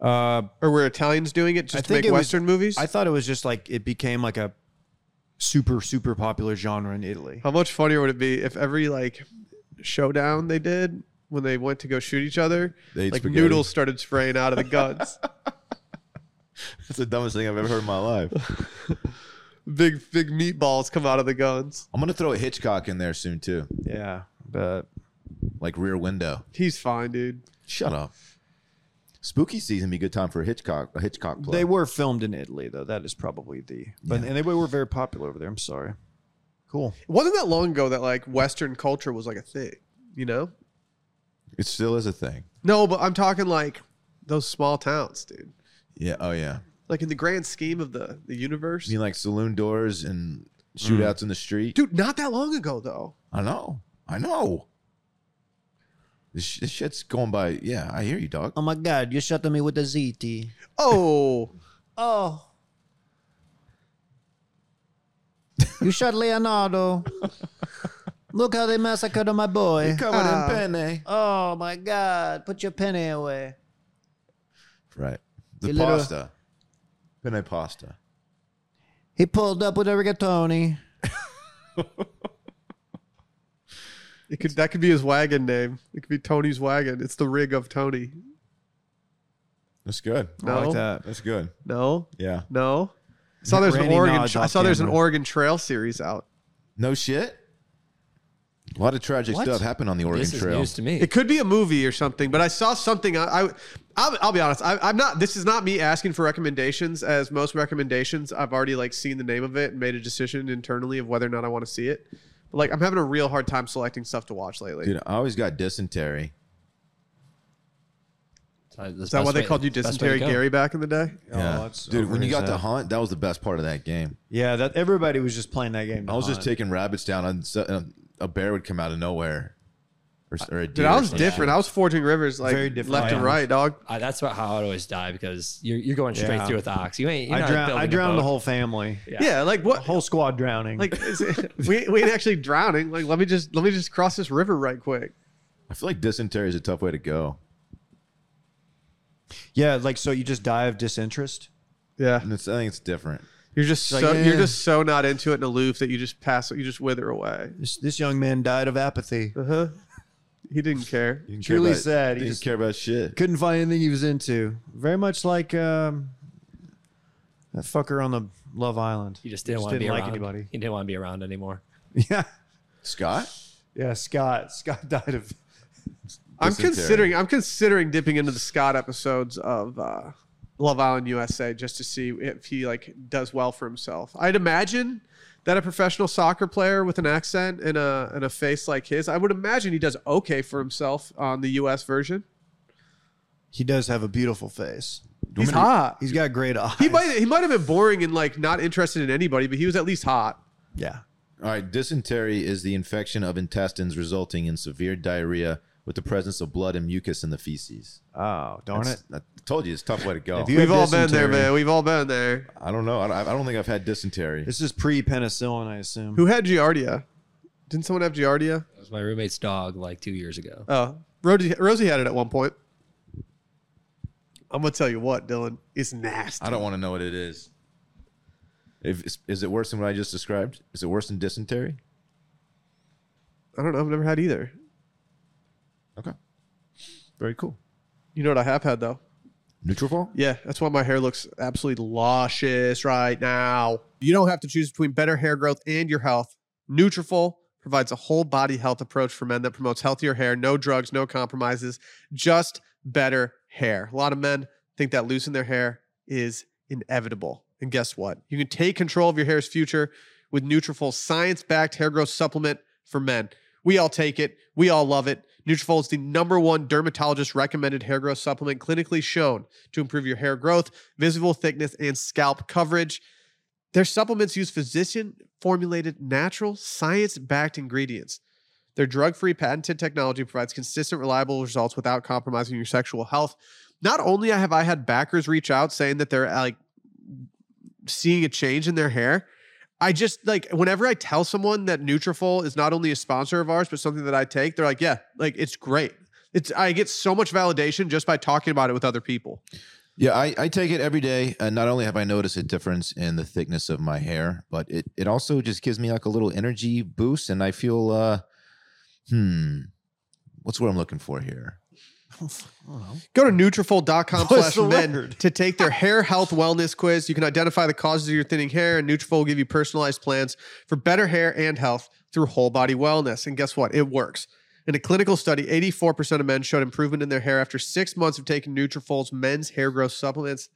Speaker 2: Uh,
Speaker 1: or were Italians doing it
Speaker 2: I
Speaker 1: just to
Speaker 2: think
Speaker 1: make
Speaker 2: it was-
Speaker 1: Western movies?
Speaker 2: I thought it was just like it became like a super super popular genre in Italy.
Speaker 1: How much funnier would it be if every like showdown they did when they went to go shoot each other,
Speaker 3: They ate
Speaker 1: like
Speaker 3: spaghetti.
Speaker 1: noodles started spraying out of the guns?
Speaker 3: That's the dumbest thing I've ever heard in my life.
Speaker 1: big big meatballs come out of the guns.
Speaker 3: I'm gonna throw a Hitchcock in there soon too,
Speaker 2: Yeah, but
Speaker 3: like Rear Window.
Speaker 1: He's fine, dude.
Speaker 3: Shut up. Spooky season be a good time for a Hitchcock a Hitchcock play.
Speaker 2: they were filmed in Italy though. That is probably the but
Speaker 3: Yeah.
Speaker 2: and they were very popular over there. I'm sorry. Cool.
Speaker 1: It wasn't that long ago that like Western culture was like a thing, you know?
Speaker 3: it still is a thing.
Speaker 1: No, but I'm talking like those small towns, dude.
Speaker 3: Yeah. Oh yeah.
Speaker 1: Like in the grand scheme of the the universe.
Speaker 3: You mean like saloon doors and shootouts in the street?
Speaker 1: Dude, not that long ago though.
Speaker 3: I know. I know. This, sh- this shit's going by. Yeah, I hear you, dog.
Speaker 2: Oh my God! You shot me with a ZT.
Speaker 1: Oh,
Speaker 2: Oh. You shot Leonardo. Look how they massacred my boy.
Speaker 3: covered
Speaker 1: Ah.
Speaker 3: penne.
Speaker 2: Oh my God! Put your penny away.
Speaker 3: Right. The
Speaker 2: You little-
Speaker 3: pasta. Penne pasta.
Speaker 2: He pulled up with a rigatoni.
Speaker 1: it could that could be his wagon name. It could be Tony's wagon. It's the rig of Tony.
Speaker 3: That's good.
Speaker 1: No,
Speaker 2: that.
Speaker 3: That's good.
Speaker 1: no,
Speaker 3: Yeah.
Speaker 1: no. I saw there's an
Speaker 2: Randy
Speaker 1: Oregon.
Speaker 2: nods
Speaker 1: I
Speaker 2: off
Speaker 1: saw there's an
Speaker 2: camera.
Speaker 1: Oregon Trail series out.
Speaker 3: No shit. A lot of tragic
Speaker 4: What?
Speaker 3: stuff happened on the Oregon
Speaker 4: This is
Speaker 3: Trail.
Speaker 4: news to me.
Speaker 1: It could be a movie or something, but I saw something. I, I I'll, I'll be honest. I, I'm not. This is not me asking for recommendations. As most recommendations, I've already like seen the name of it and made a decision internally of whether or not I want to see it. But like, I'm having a real hard time selecting stuff to watch lately.
Speaker 3: Dude, I always got dysentery.
Speaker 1: is that why they called you dysentery, Gary, back in the day?
Speaker 3: yeah.
Speaker 2: that's-
Speaker 3: Dude, when you got
Speaker 2: that.
Speaker 3: the hunt, that was the best part of that game.
Speaker 2: Yeah, that everybody was just playing that game.
Speaker 3: I was just
Speaker 2: taking.
Speaker 3: taking rabbits down, and so- and a bear would come out of nowhere, or, s- or a deer.
Speaker 1: Dude, I
Speaker 3: or
Speaker 1: was
Speaker 3: some
Speaker 1: different. I was forging rivers like
Speaker 2: Very different
Speaker 1: left and
Speaker 2: animals.
Speaker 1: right, dog.
Speaker 4: Uh, that's what, how I'd always die because you're, you're going straight
Speaker 2: Yeah.
Speaker 4: through with the ox. You ain't. You're
Speaker 2: I
Speaker 4: not
Speaker 2: drowned.
Speaker 4: building
Speaker 2: I
Speaker 4: a
Speaker 2: drowned the
Speaker 4: boat.
Speaker 2: whole family.
Speaker 4: Yeah.
Speaker 1: Yeah, like what?
Speaker 2: Whole squad drowning.
Speaker 1: Like is it, we we ain't actually drowning. Like let me just let me just cross this river right quick.
Speaker 3: I feel like dysentery is a tough way to go.
Speaker 2: yeah, like so you just die of disinterest.
Speaker 1: Yeah,
Speaker 3: And it's, I think it's different.
Speaker 1: you're just
Speaker 2: Like,
Speaker 1: so you're
Speaker 2: eh.
Speaker 1: just so not into it and aloof that you just pass you just wither away.
Speaker 2: This this young man died of apathy.
Speaker 1: Uh huh. He didn't care.
Speaker 3: You didn't
Speaker 2: Truly
Speaker 3: about,
Speaker 2: sad. He
Speaker 3: You didn't
Speaker 2: just-
Speaker 3: care about shit.
Speaker 2: Couldn't find anything he was into. Very much like um, that fucker on the Love Island.
Speaker 4: You just didn't want to be
Speaker 2: like
Speaker 4: around.
Speaker 2: anybody.
Speaker 4: You didn't want to be around anymore.
Speaker 2: Yeah,
Speaker 3: Scott,
Speaker 2: yeah. Scott. Scott died of.
Speaker 1: I'm
Speaker 3: Dysentery.
Speaker 1: considering I'm considering dipping into the Scott episodes of uh, Love Island USA just to see if he like does well for himself. I'd imagine that a professional soccer player with an accent and a and a face like his, I would imagine he does okay for himself on the US version.
Speaker 2: He does have a beautiful face.
Speaker 1: He's hot.
Speaker 2: He's got great eyes.
Speaker 1: He might he might have been boring and like not interested in anybody, but he was at least hot.
Speaker 2: Yeah.
Speaker 3: all right. Dysentery is the infection of intestines resulting in severe diarrhea with the presence of blood and mucus in the feces.
Speaker 2: Oh darn
Speaker 3: That's-
Speaker 2: it.
Speaker 3: I told you, it's a tough way to go.
Speaker 2: If you-
Speaker 1: We've
Speaker 2: have
Speaker 1: all been there,
Speaker 2: dysentery.
Speaker 1: man. We've all been there.
Speaker 3: I don't know. I don't, I don't think I've had dysentery.
Speaker 2: This is pre-penicillin, I assume.
Speaker 1: Who had Giardia? Didn't someone have Giardia?
Speaker 4: It was my roommate's dog like two years ago.
Speaker 1: Oh, Rosie, Rosie had it at one point. I'm gonna tell you what, Dylan. It's nasty.
Speaker 3: I don't want to know what it is. If, is- is it worse than what I just described? Is it worse than dysentery?
Speaker 1: I don't know. I've never had either.
Speaker 3: Okay. Very cool.
Speaker 1: You know what I have had though?
Speaker 3: Neutral fall?
Speaker 1: Yeah, that's why my hair looks absolutely luscious right now. You don't have to choose between better hair growth and your health. Nutrafol provides a whole body health approach for men that promotes healthier hair, no drugs, no compromises, just better hair. A lot of men think that losing their hair is inevitable. And guess what? You can take control of your hair's future with Nutrafol's science-backed hair growth supplement for men. We all take it. We all love it. Nutrafol is the number one dermatologist recommended hair growth supplement clinically shown to improve your hair growth, visible thickness, and scalp coverage. Their supplements use physician formulated natural, science backed ingredients. Their drug free patented technology provides consistent, reliable results without compromising your sexual health. Not only have I had backers reach out saying that they're like seeing a change in their hair, I just like whenever I tell someone that Nutrafol is not only a sponsor of ours but something that I take, they're like, "Yeah, like it's great." It's I get so much validation just by talking about it with other people.
Speaker 3: Yeah, I, I take it every day. And not only have I noticed a difference in the thickness of my hair, but it, it also just gives me like a little energy boost. And I feel, uh, hmm, what's what I'm looking for here?
Speaker 1: Go to Nutrafol.com slash
Speaker 2: What's the
Speaker 1: men
Speaker 2: word?
Speaker 1: to take their hair health wellness quiz. You can identify the causes of your thinning hair, and Nutrafol will give you personalized plans for better hair and health through whole body wellness. And guess what? It works. In a clinical study, 84% of men showed improvement in their hair after six months of taking Nutrafol's men's hair growth supplements.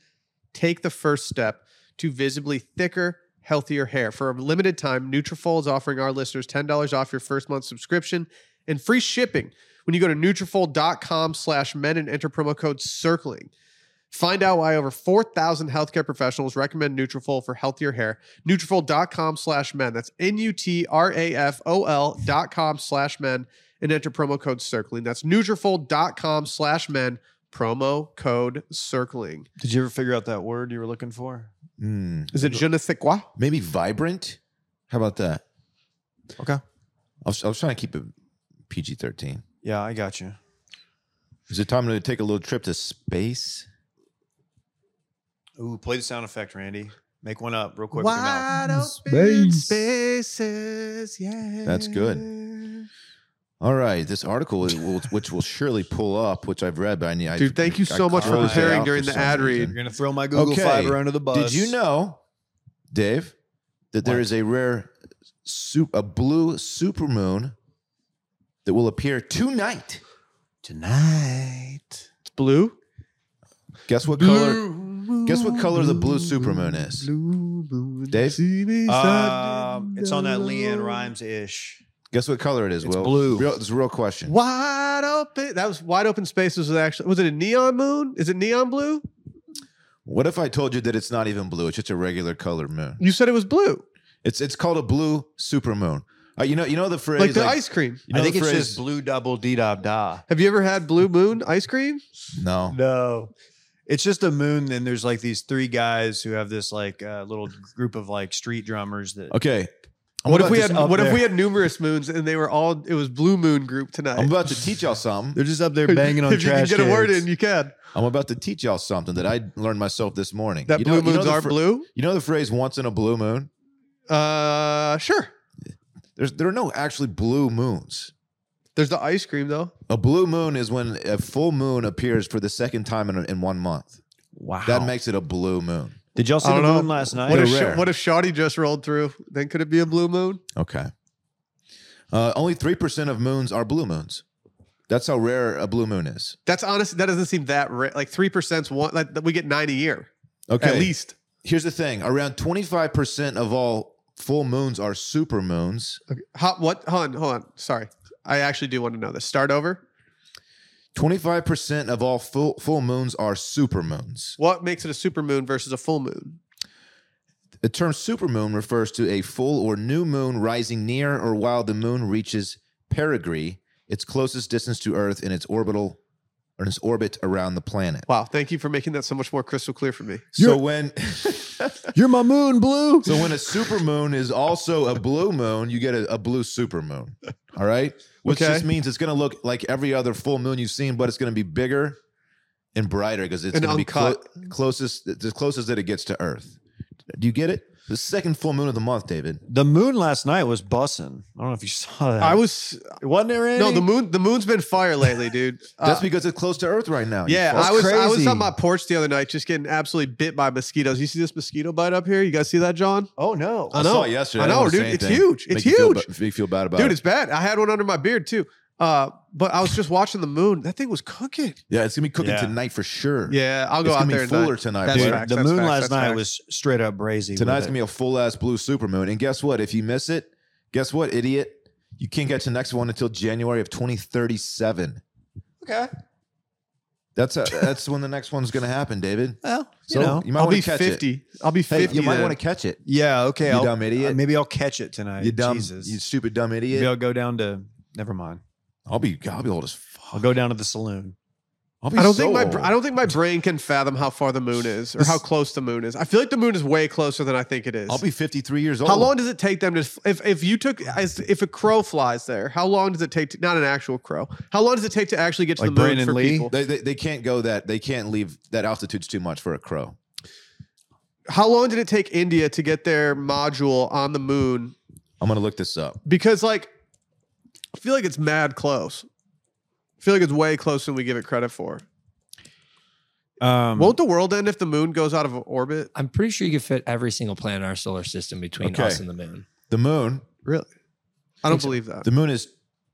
Speaker 1: Take the first step to visibly thicker, healthier hair. For a limited time, Nutrafol is offering our listeners $10 off your first month subscription and free shipping when you go to Nutrafol.com slash men and enter promo code CIRCLING. Find out why over 4,000 healthcare professionals recommend Nutrafol for healthier hair. Nutrafol.com slash men. That's N-U-T-R-A-F-O-L dot com slash men and enter promo code CIRCLING. That's Nutrafol.com slash men, promo code CIRCLING.
Speaker 2: Did you ever figure out that word you were looking for?
Speaker 3: Hmm,
Speaker 1: Is it je ne sais quoi?
Speaker 3: maybe vibrant? How about that?
Speaker 2: Okay.
Speaker 3: I was, I was trying to keep it PG 13.
Speaker 2: Yeah, I got you.
Speaker 3: Is it time to take a little trip to space?
Speaker 2: Ooh, play the sound effect, Randy. Make one up real quick. with your mouth.
Speaker 1: Wide open
Speaker 5: Space.
Speaker 1: spaces, yeah.
Speaker 3: That's good. All right, this article is, will, which will surely pull up, which I've read, but I need.
Speaker 1: Dude,
Speaker 3: I,
Speaker 1: thank you
Speaker 3: I
Speaker 1: so much for
Speaker 3: closed it
Speaker 1: preparing
Speaker 3: out
Speaker 1: during
Speaker 3: for
Speaker 1: the
Speaker 3: some
Speaker 1: ad
Speaker 3: reason.
Speaker 2: You're gonna throw my Google
Speaker 3: Okay.
Speaker 2: Fiber under the bus.
Speaker 3: Did you know, Dave, that there
Speaker 2: What?
Speaker 3: is a rare, sup- a blue supermoon that will appear tonight?
Speaker 2: tonight?
Speaker 1: It's blue.
Speaker 3: Guess what color? Guess what color the blue supermoon is? Dave?
Speaker 2: Um, it's on that Leanne Rhymes ish.
Speaker 3: Guess what color it is?
Speaker 2: It's
Speaker 3: Will?
Speaker 2: blue.
Speaker 3: Real, it's a real question.
Speaker 1: Wide open. That was wide open spaces. Was actually was it a neon moon? Is it neon blue?
Speaker 3: What if I told you that it's not even blue? It's just a regular colored moon.
Speaker 1: You said it was blue,
Speaker 3: It's it's called a blue supermoon. Uh, you know you know the phrase
Speaker 1: like the ice cream.
Speaker 3: You know
Speaker 2: I think
Speaker 3: the
Speaker 2: it's
Speaker 3: phrase-
Speaker 2: just blue double d da da.
Speaker 1: Have you ever had blue moon ice cream?
Speaker 3: no.
Speaker 2: No. It's just a moon, and there's like these three guys who have this like uh, little group of like street drummers that
Speaker 3: Okay. I'm
Speaker 1: What if
Speaker 3: about
Speaker 1: we
Speaker 3: to-
Speaker 1: had
Speaker 2: up
Speaker 1: what if
Speaker 2: there.
Speaker 1: we had numerous moons and they were all it was blue moon group tonight?
Speaker 3: I'm about to teach y'all something.
Speaker 2: they're just up there banging on
Speaker 1: if you can
Speaker 2: trash
Speaker 1: get a word
Speaker 2: cans.
Speaker 1: in, you can.
Speaker 3: I'm about to teach y'all something that I learned myself this morning.
Speaker 1: That
Speaker 3: You know-
Speaker 1: blue
Speaker 3: you
Speaker 1: moons
Speaker 3: know the
Speaker 1: are
Speaker 3: phr-
Speaker 1: blue.
Speaker 3: You know the phrase "once in a blue moon."
Speaker 1: Uh, sure.
Speaker 3: There's there are no actually blue moons.
Speaker 1: There's the ice cream though.
Speaker 3: A blue moon is when a full moon appears for the second time in, a, in one month.
Speaker 2: Wow.
Speaker 3: That makes it a blue moon.
Speaker 2: Did y'all see
Speaker 1: I
Speaker 2: the
Speaker 1: don't know.
Speaker 2: moon last night?
Speaker 1: What
Speaker 3: They're
Speaker 1: if,
Speaker 3: rare.
Speaker 1: Sha- what if Shoddy just rolled through? Then could it be a blue moon?
Speaker 3: Okay. Uh, only three percent of moons are blue moons. That's how rare a blue moon is.
Speaker 1: That's honest. That doesn't seem that rare. Like three percent's one. Like we get nine a year
Speaker 3: Okay.
Speaker 1: at least.
Speaker 3: here's the thing: around twenty five percent of all full moons are super moons.
Speaker 1: How, what? Hold on. Hold on. Sorry. I actually do want to know this. Start over.
Speaker 3: Twenty five percent of all full full moons are super moons.
Speaker 1: What makes it a supermoon versus a full moon?
Speaker 3: The term supermoon refers to a full or new moon rising near or while the moon reaches perigee, its closest distance to Earth in its orbital or in its orbit around the planet.
Speaker 1: Wow. Thank you for making that so much more crystal clear for me.
Speaker 3: So when
Speaker 2: You're my moon, blue.
Speaker 3: so when a supermoon is also a blue moon, you get a, a blue supermoon. All right? Which
Speaker 1: Okay.
Speaker 3: just means it's going to look like every other full moon you've seen, but it's going to be bigger and brighter because it's
Speaker 1: And
Speaker 3: going to be clo-
Speaker 1: uncut.
Speaker 3: closest the closest that it gets to Earth. Do you get it? The second full moon of the month, David.
Speaker 2: The moon last night was bussing. I don't know if you saw that.
Speaker 1: I was
Speaker 2: wasn't there any?
Speaker 1: no the moon. The moon's been fire lately, dude. Uh,
Speaker 3: That's because it's close to Earth right now. you
Speaker 1: yeah,
Speaker 3: fuck.
Speaker 1: I was I was
Speaker 2: crazy.
Speaker 1: on my porch the other night, just getting absolutely bit by mosquitoes. You see this mosquito bite up here? You guys see that, John?
Speaker 2: Oh no.
Speaker 1: I
Speaker 3: I saw
Speaker 1: know.
Speaker 3: it yesterday.
Speaker 1: I
Speaker 3: didn't
Speaker 1: know,
Speaker 3: wanna say
Speaker 1: dude. It's
Speaker 3: anything.
Speaker 1: huge. It's
Speaker 3: Make you feel
Speaker 1: huge.
Speaker 3: ba- Make you feel bad about
Speaker 1: Dude,
Speaker 3: it.
Speaker 1: it's bad. I had one under my beard too. Uh, but I was just watching the moon. That thing was cooking.
Speaker 3: yeah, it's gonna be cooking
Speaker 2: Yeah.
Speaker 3: tonight for sure.
Speaker 1: Yeah, I'll
Speaker 3: it's
Speaker 1: go
Speaker 3: gonna
Speaker 1: out
Speaker 3: be
Speaker 1: there
Speaker 3: fuller
Speaker 1: tonight.
Speaker 3: tonight.
Speaker 1: That's
Speaker 3: bud.
Speaker 2: Dude,
Speaker 1: facts,
Speaker 2: the
Speaker 1: that's
Speaker 2: moon
Speaker 1: facts,
Speaker 2: last
Speaker 1: that's
Speaker 2: night
Speaker 1: facts.
Speaker 2: was straight up brazy. with
Speaker 3: Tonight's
Speaker 2: it.
Speaker 3: gonna be a full ass blue supermoon. And guess what? If you miss it, guess what, idiot? You can't catch the next one until January of 2037.
Speaker 2: okay.
Speaker 3: That's a, that's when the next one's gonna happen, David.
Speaker 2: Well, you
Speaker 3: So you,
Speaker 2: know.
Speaker 3: might
Speaker 1: I'll
Speaker 3: want
Speaker 1: be
Speaker 3: to catch
Speaker 1: fifty. I'll be
Speaker 3: it. Hey,
Speaker 1: fifty.
Speaker 3: you might
Speaker 1: then.
Speaker 3: want to catch it.
Speaker 2: Yeah. Okay.
Speaker 3: You
Speaker 2: I'll-
Speaker 3: dumb idiot.
Speaker 2: uh, maybe I'll catch it tonight.
Speaker 3: you dumb,
Speaker 2: Jesus.
Speaker 3: you stupid dumb
Speaker 2: maybe
Speaker 3: idiot.
Speaker 2: I'll go down to. Never mind.
Speaker 3: I'll be I'll be old as fuck.
Speaker 2: I'll go down to the saloon.
Speaker 3: I'll be
Speaker 1: I don't
Speaker 3: so
Speaker 1: think my
Speaker 3: old.
Speaker 1: br- I don't think my brain can fathom how far the moon is or
Speaker 3: This-
Speaker 1: how close the moon is. I feel like the moon is way closer than I think it is.
Speaker 3: I'll be 53 years old.
Speaker 1: how long does it take them to f- if if you took as if a crow flies there? How long does it take to not an actual crow? How long does it take to actually get to
Speaker 2: Like
Speaker 1: the moon
Speaker 2: Brandon
Speaker 1: for
Speaker 2: Lee?
Speaker 1: people?
Speaker 3: They, they, they can't go that they can't leave that altitude's too much for a crow.
Speaker 1: How long did it take India to get their module on the moon?
Speaker 3: I'm gonna look this up.
Speaker 1: Because like I feel like it's mad close. I feel like it's way closer than we give it credit for.
Speaker 2: Um,
Speaker 1: Won't the world end if the moon goes out of orbit?
Speaker 4: I'm pretty sure you could fit every single planet in our solar system between
Speaker 3: Okay.
Speaker 4: us and the moon.
Speaker 3: The moon,
Speaker 1: Really? I don't believe that.
Speaker 3: the moon is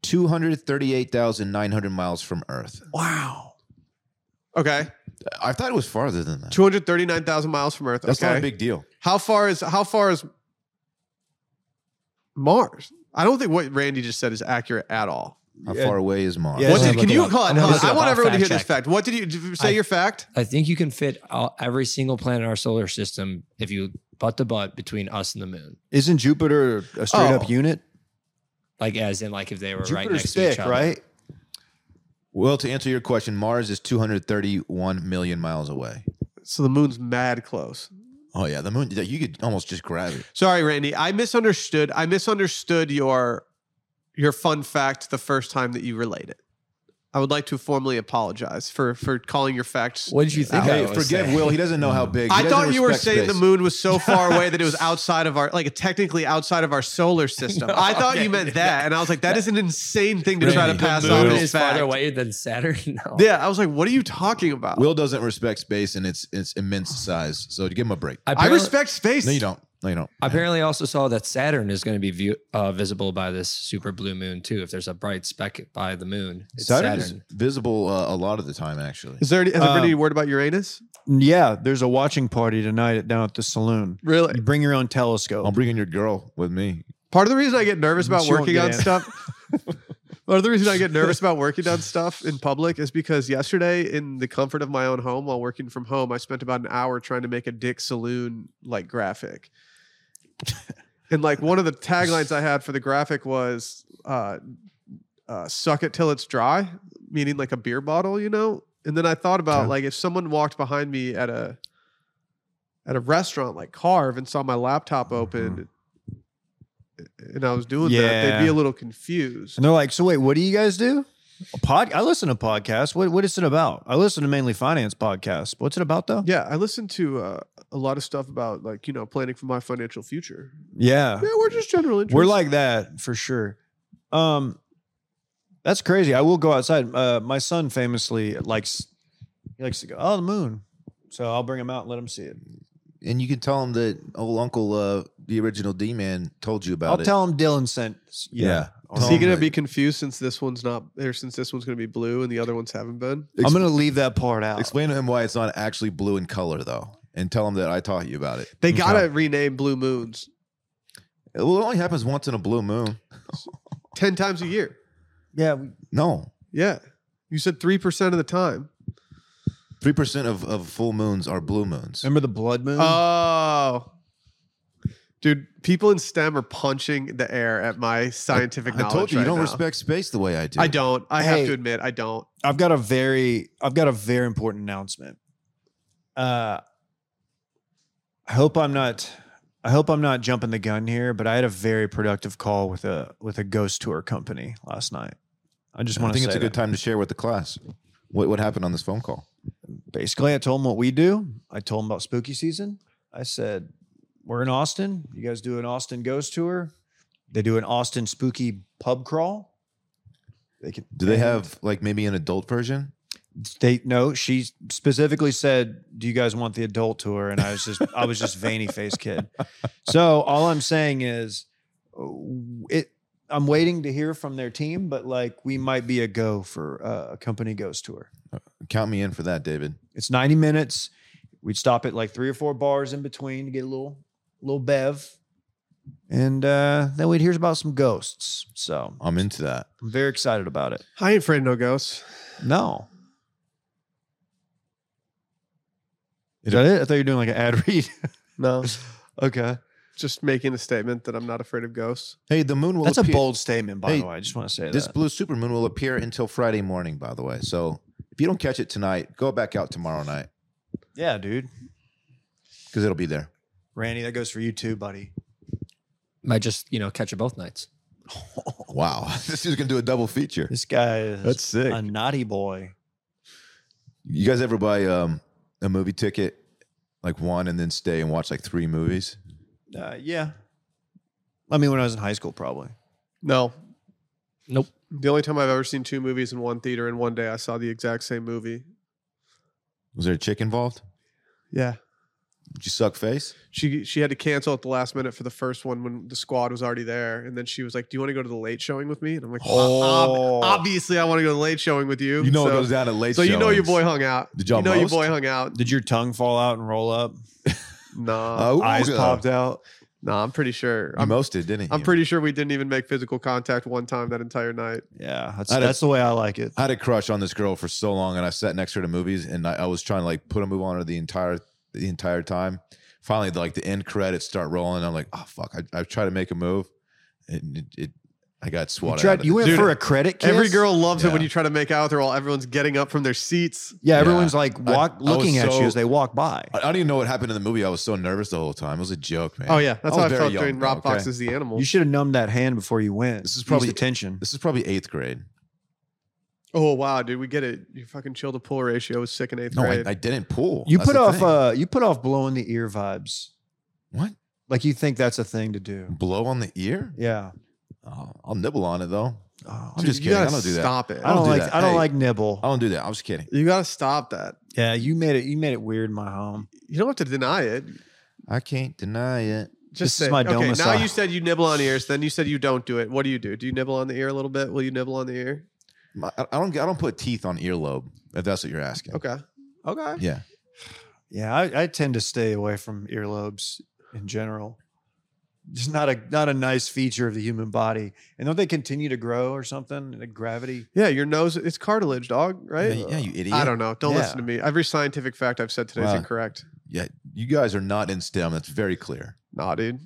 Speaker 3: 238,900 miles from Earth.
Speaker 2: wow.
Speaker 1: Okay.
Speaker 3: I thought it was farther than that.
Speaker 1: Two hundred thirty-nine thousand miles from Earth.
Speaker 3: That's
Speaker 1: okay.
Speaker 3: not a big deal.
Speaker 1: how far is how far is Mars? I don't think what Randy just said is accurate at all.
Speaker 3: How
Speaker 2: Yeah.
Speaker 3: far away is Mars?
Speaker 2: Yeah,
Speaker 1: what did,
Speaker 2: I'm gonna
Speaker 1: can
Speaker 2: look it
Speaker 1: you
Speaker 2: up.
Speaker 1: hold on,
Speaker 4: I'm gonna
Speaker 1: hold on.
Speaker 4: look it
Speaker 1: I
Speaker 4: up.
Speaker 1: want
Speaker 4: I'll
Speaker 1: everyone to hear
Speaker 4: fact
Speaker 1: this
Speaker 4: check.
Speaker 1: fact. What did you did you say
Speaker 4: I-
Speaker 1: your fact?
Speaker 4: I think you can fit all, every single planet in our solar system if you butt to butt between us and the moon.
Speaker 2: Isn't Jupiter a straight
Speaker 1: Oh.
Speaker 2: up unit?
Speaker 4: Like as in like if they were right
Speaker 2: Jupiter's
Speaker 4: next to
Speaker 2: thick,
Speaker 4: each other.
Speaker 2: right?
Speaker 3: Well, to answer your question, Mars is 231 million miles away.
Speaker 1: So the moon's mad close.
Speaker 3: Oh yeah, the moon. yeah, You could almost just grab it.
Speaker 1: Sorry, Randy. I misunderstood. I misunderstood your your fun fact the first time that you relayed it. I would like to formally apologize for for calling your facts.
Speaker 4: What did you think?
Speaker 3: Hey,
Speaker 4: I was
Speaker 3: forgive
Speaker 4: saying?
Speaker 3: Will. He doesn't know how big. he
Speaker 1: I
Speaker 3: doesn't
Speaker 1: thought you were
Speaker 3: respect
Speaker 1: saying the
Speaker 3: space.
Speaker 1: moon was so far away that it was outside of our, like technically outside of our solar system.
Speaker 4: No,
Speaker 1: I thought
Speaker 4: okay.
Speaker 1: you meant that, and I was like, that is an insane thing to try to
Speaker 3: Randy, the
Speaker 1: pass
Speaker 4: The
Speaker 1: off
Speaker 4: moon
Speaker 1: as
Speaker 4: is
Speaker 1: fact.
Speaker 4: farther away than Saturn. No.
Speaker 1: Yeah, I was like, what are you talking about?
Speaker 3: Will doesn't respect space and its its immense size. So give him a break.
Speaker 1: I
Speaker 4: Apparently-
Speaker 1: respect space.
Speaker 3: No, you don't. No, you don't.
Speaker 4: I apparently also saw that Saturn is going to be view, uh, visible by this super blue moon too. If there's a bright speck by the moon, it's
Speaker 3: Saturn
Speaker 4: Saturn.
Speaker 3: is visible uh, a lot of the time, actually.
Speaker 1: Is there any, has there been
Speaker 2: Um,
Speaker 1: any word about Uranus?
Speaker 2: Yeah, there's a watching party tonight at, down at the saloon.
Speaker 1: Really?
Speaker 2: You bring your own
Speaker 3: I'm
Speaker 2: telescope.
Speaker 3: bringing your girl with me.
Speaker 1: Part of the reason I get nervous about
Speaker 2: She won't
Speaker 1: working
Speaker 2: get
Speaker 1: on
Speaker 2: in.
Speaker 1: stuff. Part of the reason I get nervous about working on stuff in public is because yesterday, in the comfort of my own home, while working from home, I spent about an hour trying to make a Dick Saloon like graphic. and like one of the taglines I had for the graphic was uh, uh, "suck it till it's dry," meaning like a beer bottle, you know. And then I thought about
Speaker 2: Okay.
Speaker 1: like if someone walked behind me at a at a restaurant like Carve and saw my laptop open, and I was doing that, they'd be
Speaker 2: Yeah.
Speaker 1: a little confused.
Speaker 2: And they're like, "So wait, what do you guys do?" A pod. I listen to podcasts. What What is it about? I listen to mainly finance podcasts. What's it about though?
Speaker 1: Yeah, I listened to uh, a lot of stuff about like you know planning for my financial future.
Speaker 3: Uh,
Speaker 2: Yeah.
Speaker 1: Yeah, we're just general interest.
Speaker 2: We're like that for sure. Um, that's crazy. I will go outside. Uh, my son famously likes he likes to go. Oh, the moon. So I'll bring him out and let him see it.
Speaker 3: And you can tell him that old Uncle, uh, the original D man, told you about
Speaker 2: I'll
Speaker 3: it.
Speaker 2: tell him Dylan sent.
Speaker 3: Yeah.
Speaker 2: Yeah.
Speaker 3: Is
Speaker 1: is he
Speaker 3: um,
Speaker 1: gonna
Speaker 3: like-
Speaker 1: be confused since this one's not or since this one's gonna be blue and the other ones haven't been?
Speaker 2: I'm gonna leave that part out.
Speaker 3: Explain to him why it's not actually blue in color, though, and tell him that I taught you about it.
Speaker 1: They gotta rename blue moons
Speaker 3: It well, it only happens once in a blue moon.
Speaker 1: ten times a year.
Speaker 2: Yeah. we-
Speaker 3: No,
Speaker 1: Yeah, you said three percent of the time.
Speaker 3: three percent of, of full moons are blue moons.
Speaker 2: Remember the blood moon?
Speaker 1: Oh. Dude, people in STEM are punching the air at my scientific
Speaker 3: I
Speaker 1: knowledge.
Speaker 3: told you you
Speaker 1: right
Speaker 3: don't
Speaker 1: now.
Speaker 3: respect space the way I do.
Speaker 1: I don't. I have
Speaker 2: Hey.
Speaker 1: to admit, I don't.
Speaker 2: I've got a very I've got a very important announcement. Uh I hope I'm not I hope I'm not jumping the gun here, but I had a very productive call with a with a ghost tour company last night. I just
Speaker 3: I
Speaker 2: want to
Speaker 3: think
Speaker 2: say
Speaker 3: it's a good
Speaker 2: that.
Speaker 3: time to share with the class what what happened on this phone call.
Speaker 2: Basically, I told them what we do. I told them about spooky season. I said, we're in Austin. You guys do an Austin ghost tour. They do an Austin spooky pub crawl. They can.
Speaker 3: Do they have like maybe an adult version?
Speaker 2: They no. She specifically said, "Do you guys want the adult tour?" And I was just, I was just veiny faced kid. So all I'm saying is, uh, it. I'm waiting to hear from their team, but like we might be a go for uh, a company ghost tour.
Speaker 3: Count me in for that, David.
Speaker 2: It's 90 minutes. We'd stop at like three or four bars in between to get a little little bev. And uh, then we'd hear about some ghosts. So
Speaker 3: I'm into that.
Speaker 2: I'm very excited about it.
Speaker 1: I ain't afraid of no ghosts.
Speaker 2: No. Is that it? I thought you were doing like an ad read.
Speaker 1: No,
Speaker 2: okay.
Speaker 1: just making a statement that I'm not afraid of ghosts.
Speaker 3: Hey, the moon will
Speaker 2: That's a
Speaker 3: appear-
Speaker 2: bold statement, by
Speaker 3: Hey,
Speaker 2: the way. I just want to say
Speaker 3: This
Speaker 2: that.
Speaker 3: blue supermoon will appear until Friday morning, by the way. So if you don't catch it tonight, go back out tomorrow night
Speaker 2: yeah, dude.
Speaker 3: because it'll be there.
Speaker 2: Randy, that goes for you too, buddy.
Speaker 4: Might just you know catch it both nights.
Speaker 3: Wow. this dude's going to do a double feature.
Speaker 2: This guy is
Speaker 3: That's sick.
Speaker 2: a naughty boy.
Speaker 3: You guys ever buy um, a movie ticket, like one, and then stay and watch like three movies?
Speaker 2: Uh, yeah. I mean, when I was in high school, probably.
Speaker 1: No,
Speaker 4: Nope.
Speaker 1: the only time I've ever seen two movies in one theater in one day, I saw the exact same movie.
Speaker 3: Was there a chick involved?
Speaker 1: Yeah,
Speaker 3: Did you suck face?
Speaker 1: she she had to cancel at the last minute for the first one when the squad was already there, and then she was like, "Do you want to go to the late showing with me?" And I'm like,
Speaker 2: Oh.
Speaker 1: "Well, ob- obviously, I want to go to the late showing with you."
Speaker 3: You know
Speaker 1: so,
Speaker 3: it goes down at late
Speaker 1: so you know your
Speaker 3: showings.
Speaker 1: boy hung out.
Speaker 3: Did y'all
Speaker 1: you know your
Speaker 3: most?
Speaker 1: boy hung out.
Speaker 2: Did your tongue fall out and roll up?
Speaker 1: Nah,
Speaker 3: Oh,
Speaker 2: Eyes
Speaker 3: yeah.
Speaker 2: popped out.
Speaker 1: nah, I'm pretty sure.
Speaker 3: You
Speaker 1: I'm,
Speaker 3: mosted, didn't he?
Speaker 1: I'm pretty sure we didn't even make physical contact one time that entire night.
Speaker 2: Yeah, that's,
Speaker 3: I'd have-
Speaker 2: that's the way I like it.
Speaker 3: I had a crush on this girl for so long, and I sat next to her to movies, and I, I was trying to like put a move on her the entire the entire time. Finally, like the end credits start rolling, and I'm like, oh fuck! I, I tried to make a move, and it, it I
Speaker 2: You,
Speaker 3: got swatted. out
Speaker 2: tried,
Speaker 3: of
Speaker 2: you
Speaker 3: it.
Speaker 2: went
Speaker 1: Dude,
Speaker 2: for a credit kiss.
Speaker 1: Every girl loves it when
Speaker 3: Yeah.
Speaker 1: you try to make out with her while everyone's getting up from their seats.
Speaker 2: Yeah,
Speaker 3: Yeah.
Speaker 2: everyone's like walk,
Speaker 3: I was
Speaker 2: looking at you
Speaker 3: so-
Speaker 2: as they walk by.
Speaker 3: I I don't even know what happened in the movie. I was so nervous the whole time. It was a joke, man.
Speaker 1: Oh yeah, that's
Speaker 3: I
Speaker 1: how I
Speaker 3: was very
Speaker 1: felt
Speaker 3: young,
Speaker 1: during
Speaker 3: though,
Speaker 1: Rob
Speaker 3: okay?
Speaker 1: Fox's The Animal.
Speaker 2: You should have numbed that hand before you went.
Speaker 3: This is
Speaker 2: Use
Speaker 3: probably-
Speaker 2: the tension.
Speaker 3: This is probably eighth grade.
Speaker 1: oh wow, dude, we get it. Your fucking chill to pull ratio was sick in eighth
Speaker 3: No, I,
Speaker 1: grade.
Speaker 3: I didn't pull.
Speaker 2: You
Speaker 3: That's
Speaker 2: put
Speaker 3: the
Speaker 2: off
Speaker 3: thing.
Speaker 2: uh, you put off blowing the ear vibes.
Speaker 3: what?
Speaker 2: Like you think that's a thing to do.
Speaker 3: Blow on the ear?
Speaker 2: Yeah.
Speaker 3: Oh, I'll nibble on it though.
Speaker 2: Oh,
Speaker 3: I'm
Speaker 1: Dude,
Speaker 3: just
Speaker 1: you
Speaker 3: kidding. I
Speaker 1: gotta
Speaker 3: don't do that.
Speaker 1: Stop it.
Speaker 2: I don't
Speaker 3: do
Speaker 2: like
Speaker 3: that.
Speaker 2: I don't
Speaker 3: Hey.
Speaker 2: like nibble.
Speaker 3: I don't do that. I was kidding.
Speaker 1: You gotta stop that.
Speaker 2: Yeah, you made it you made it weird in my home.
Speaker 1: You don't have to deny it.
Speaker 3: I can't deny it.
Speaker 1: Just
Speaker 2: This is
Speaker 1: say,
Speaker 2: my
Speaker 1: okay, now
Speaker 2: domicile.
Speaker 1: you said you nibble on ears, then you said you don't do it. What do you do? Do you nibble on the ear a little bit? Will you nibble on the ear?
Speaker 3: My- I I don't. I don't put teeth on earlobe. If that's what you're asking.
Speaker 1: Okay. Okay.
Speaker 3: Yeah.
Speaker 2: Yeah, I, I tend to stay away from earlobes in general. Just not a not a nice feature of the human body. And don't they continue to grow or something? Like gravity.
Speaker 1: Yeah, your nose, it's cartilage, dog, right?
Speaker 3: Yeah, you- yeah, you idiot.
Speaker 1: I don't know. Don't
Speaker 2: Yeah.
Speaker 1: listen to me. Every scientific fact I've said today
Speaker 3: Wow.
Speaker 1: is incorrect.
Speaker 3: Yeah, you guys are not in STEM. That's very clear.
Speaker 1: Nah, dude.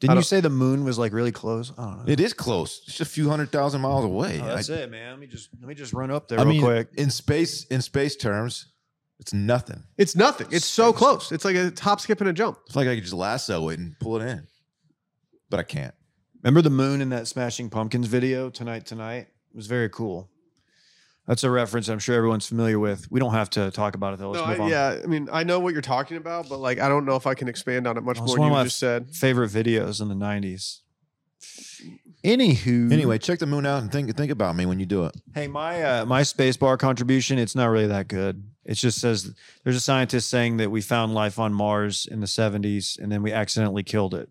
Speaker 2: Didn't you
Speaker 1: don't-
Speaker 2: say the moon was like really close? I don't know.
Speaker 3: It is close. It's just a few hundred thousand miles away.
Speaker 2: Oh, that's
Speaker 3: I,
Speaker 2: it, man. Let me just let me just run up there
Speaker 3: I
Speaker 2: real
Speaker 3: mean,
Speaker 2: quick.
Speaker 3: in space, in space terms, it's nothing.
Speaker 1: It's nothing. It's so close. It's like a top, skip, and a jump.
Speaker 3: It's like I could just lasso it and pull it in, but I can't.
Speaker 2: Mm-hmm. Remember the moon in that Smashing Pumpkins video tonight? Tonight it was very cool. That's a reference I'm sure everyone's familiar with. We don't have to talk about it though. Let's
Speaker 1: No,
Speaker 2: move
Speaker 1: I,
Speaker 2: on.
Speaker 1: yeah, I mean, I know what you're talking about, but like, I don't know if I can expand on it much
Speaker 2: Well,
Speaker 1: more
Speaker 2: it's
Speaker 1: than
Speaker 2: one
Speaker 1: you
Speaker 2: of my
Speaker 1: just said.
Speaker 2: Favorite videos in the '90s. Anywho,
Speaker 3: Anyway, check the moon out and think think about me when you do it.
Speaker 2: hey, my uh, my space bar contribution. It's not really that good. It just says there's a scientist saying that we found life on Mars in the '70s and then we accidentally killed it.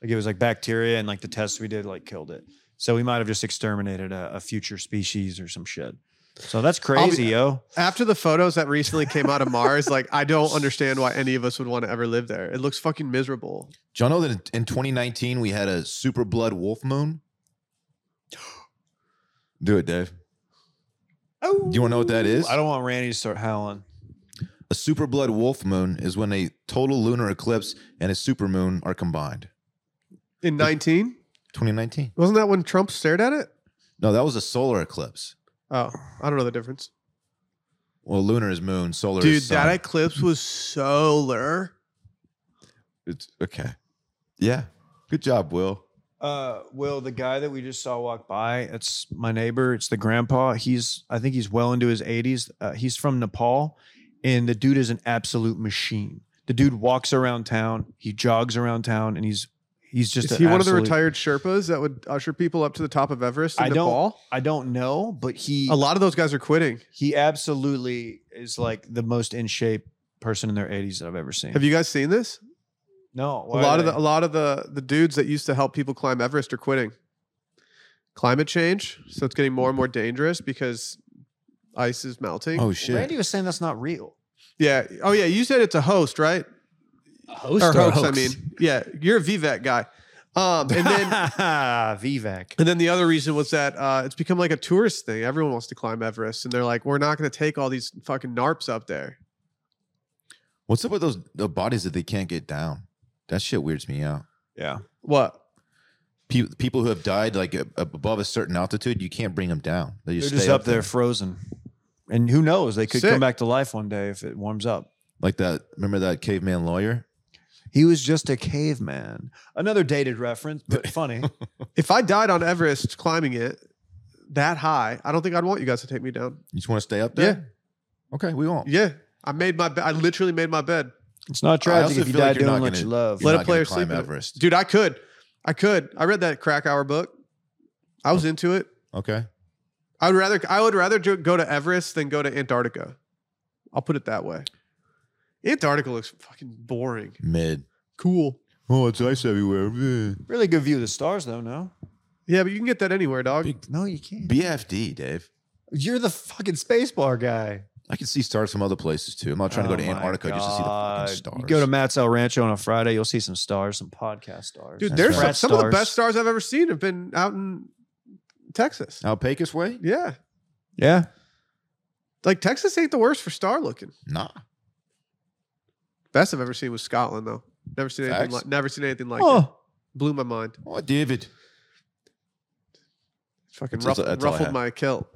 Speaker 2: Like it was like bacteria and like the tests we did like killed it. So we might have just exterminated a, a future species or some shit. So that's crazy, yo.
Speaker 1: After the photos that recently came out of Mars, like, I don't understand why any of us would want to ever live there. It looks fucking miserable.
Speaker 3: Do y'all know that in- in 2019 we had a super blood wolf moon? Do it, Dave.
Speaker 2: Oh.
Speaker 3: Do you wanna know what that is?
Speaker 2: I don't want Randy to start howling.
Speaker 3: A super blood wolf moon is when a total lunar eclipse and a super moon are combined.
Speaker 1: In 19,
Speaker 3: 2019.
Speaker 1: wasn't that when Trump stared at it?
Speaker 3: No, that was a solar eclipse.
Speaker 1: Oh, I don't know the difference.
Speaker 3: Well, lunar is moon, solar
Speaker 1: Dude,
Speaker 3: is sun.
Speaker 1: that eclipse was solar.
Speaker 3: It's okay. Yeah. Good job, Will.
Speaker 2: Uh, Will, the guy that we just saw walk by, it's my neighbor. It's the grandpa. He's, I think he's well into his 80s. Uh, he's from Nepal, and the dude is an absolute machine. The dude walks around town. He jogs around town, and he's he's just
Speaker 1: Is
Speaker 2: an
Speaker 1: he one of the
Speaker 2: absolute-
Speaker 1: retired Sherpas that would usher people up to the top of Everest in
Speaker 2: I don't-
Speaker 1: Nepal?
Speaker 2: I don't know, but he
Speaker 1: A lot of those guys are quitting.
Speaker 2: he absolutely is like the most in shape person in their 80s that I've ever seen.
Speaker 1: Have you guys seen this?
Speaker 2: No,
Speaker 1: a lot of the a lot of the the dudes that used to help people climb Everest are quitting. Climate change, so it's getting more and more dangerous because ice is melting.
Speaker 3: Oh shit!
Speaker 2: Randy was saying that's not real.
Speaker 1: Yeah. Oh yeah. You said it's a host, right?
Speaker 4: A host
Speaker 1: or
Speaker 4: or a
Speaker 1: hoax, I
Speaker 4: hoax?
Speaker 1: mean. Yeah, you're a VVAC guy. Um, and then
Speaker 2: Vivek.
Speaker 1: and then the other reason was that uh, it's become like a tourist thing. Everyone wants to climb Everest, and they're like, we're not going to take all these fucking narps up there.
Speaker 3: What's up with those the bodies that they can't get down? That shit weirds me out.
Speaker 2: Yeah.
Speaker 1: What?
Speaker 3: Pe- people who have died like a- a- above a certain altitude, you can't bring them down. They
Speaker 2: They're
Speaker 3: just,
Speaker 2: just
Speaker 3: stay
Speaker 2: up there frozen. And who knows? They could
Speaker 1: Sick.
Speaker 2: come back to life one day if it warms up.
Speaker 3: Like that. Remember that caveman lawyer?
Speaker 2: He was just a caveman. Another dated reference, but funny.
Speaker 1: If I died on Everest climbing it that high, I don't think I'd want you guys to take me down.
Speaker 3: You just want to stay up there? Yeah. Okay, we won't.
Speaker 1: Yeah, I made my bed. I literally made my bed,
Speaker 2: It's not tragic
Speaker 3: also
Speaker 2: if you
Speaker 3: feel
Speaker 2: die
Speaker 3: like you're
Speaker 2: doing
Speaker 3: not
Speaker 2: what
Speaker 3: gonna-
Speaker 2: you love.
Speaker 1: Let
Speaker 3: You're
Speaker 1: a
Speaker 3: not gonna
Speaker 1: player
Speaker 3: climb
Speaker 1: sleep in it.
Speaker 3: Everest.
Speaker 1: dude. I could, I could. I read that crack hour book. I was into it.
Speaker 3: Okay.
Speaker 1: I would rather I would rather jo- go to Everest than go to Antarctica. I'll put it that way. Antarctica looks fucking boring.
Speaker 3: Mid.
Speaker 1: Cool.
Speaker 3: Oh, it's ice everywhere. Bleh.
Speaker 2: Really good view of the stars, though, no?
Speaker 1: Yeah, but you can get that anywhere, dog.
Speaker 2: No, you can't.
Speaker 3: BFD, Dave.
Speaker 2: You're the fucking spacebar guy.
Speaker 3: I can see stars from other places too. I'm not trying to go
Speaker 2: Oh
Speaker 3: to
Speaker 2: my
Speaker 3: Antarctica just to see the fucking
Speaker 2: God.
Speaker 3: stars.
Speaker 2: You go to Matt's El Rancho on a Friday, you'll see some stars, some podcast stars.
Speaker 1: Dude,
Speaker 3: That's
Speaker 1: there's
Speaker 2: right.
Speaker 1: some, some of the best stars I've ever seen have been out in Texas.
Speaker 3: Alpacas Way?
Speaker 1: Yeah.
Speaker 2: Yeah.
Speaker 1: Like Texas ain't the worst for star looking.
Speaker 3: Nah.
Speaker 1: Best I've ever seen was Scotland though. Never seen anything
Speaker 3: Facts.
Speaker 1: like never seen anything like uh, it.
Speaker 2: oh,
Speaker 1: Blew my mind.
Speaker 3: Oh, David.
Speaker 1: Fucking
Speaker 3: That's all-
Speaker 1: ruffled,
Speaker 3: that's all I
Speaker 1: ruffled
Speaker 3: have.
Speaker 1: my kilt.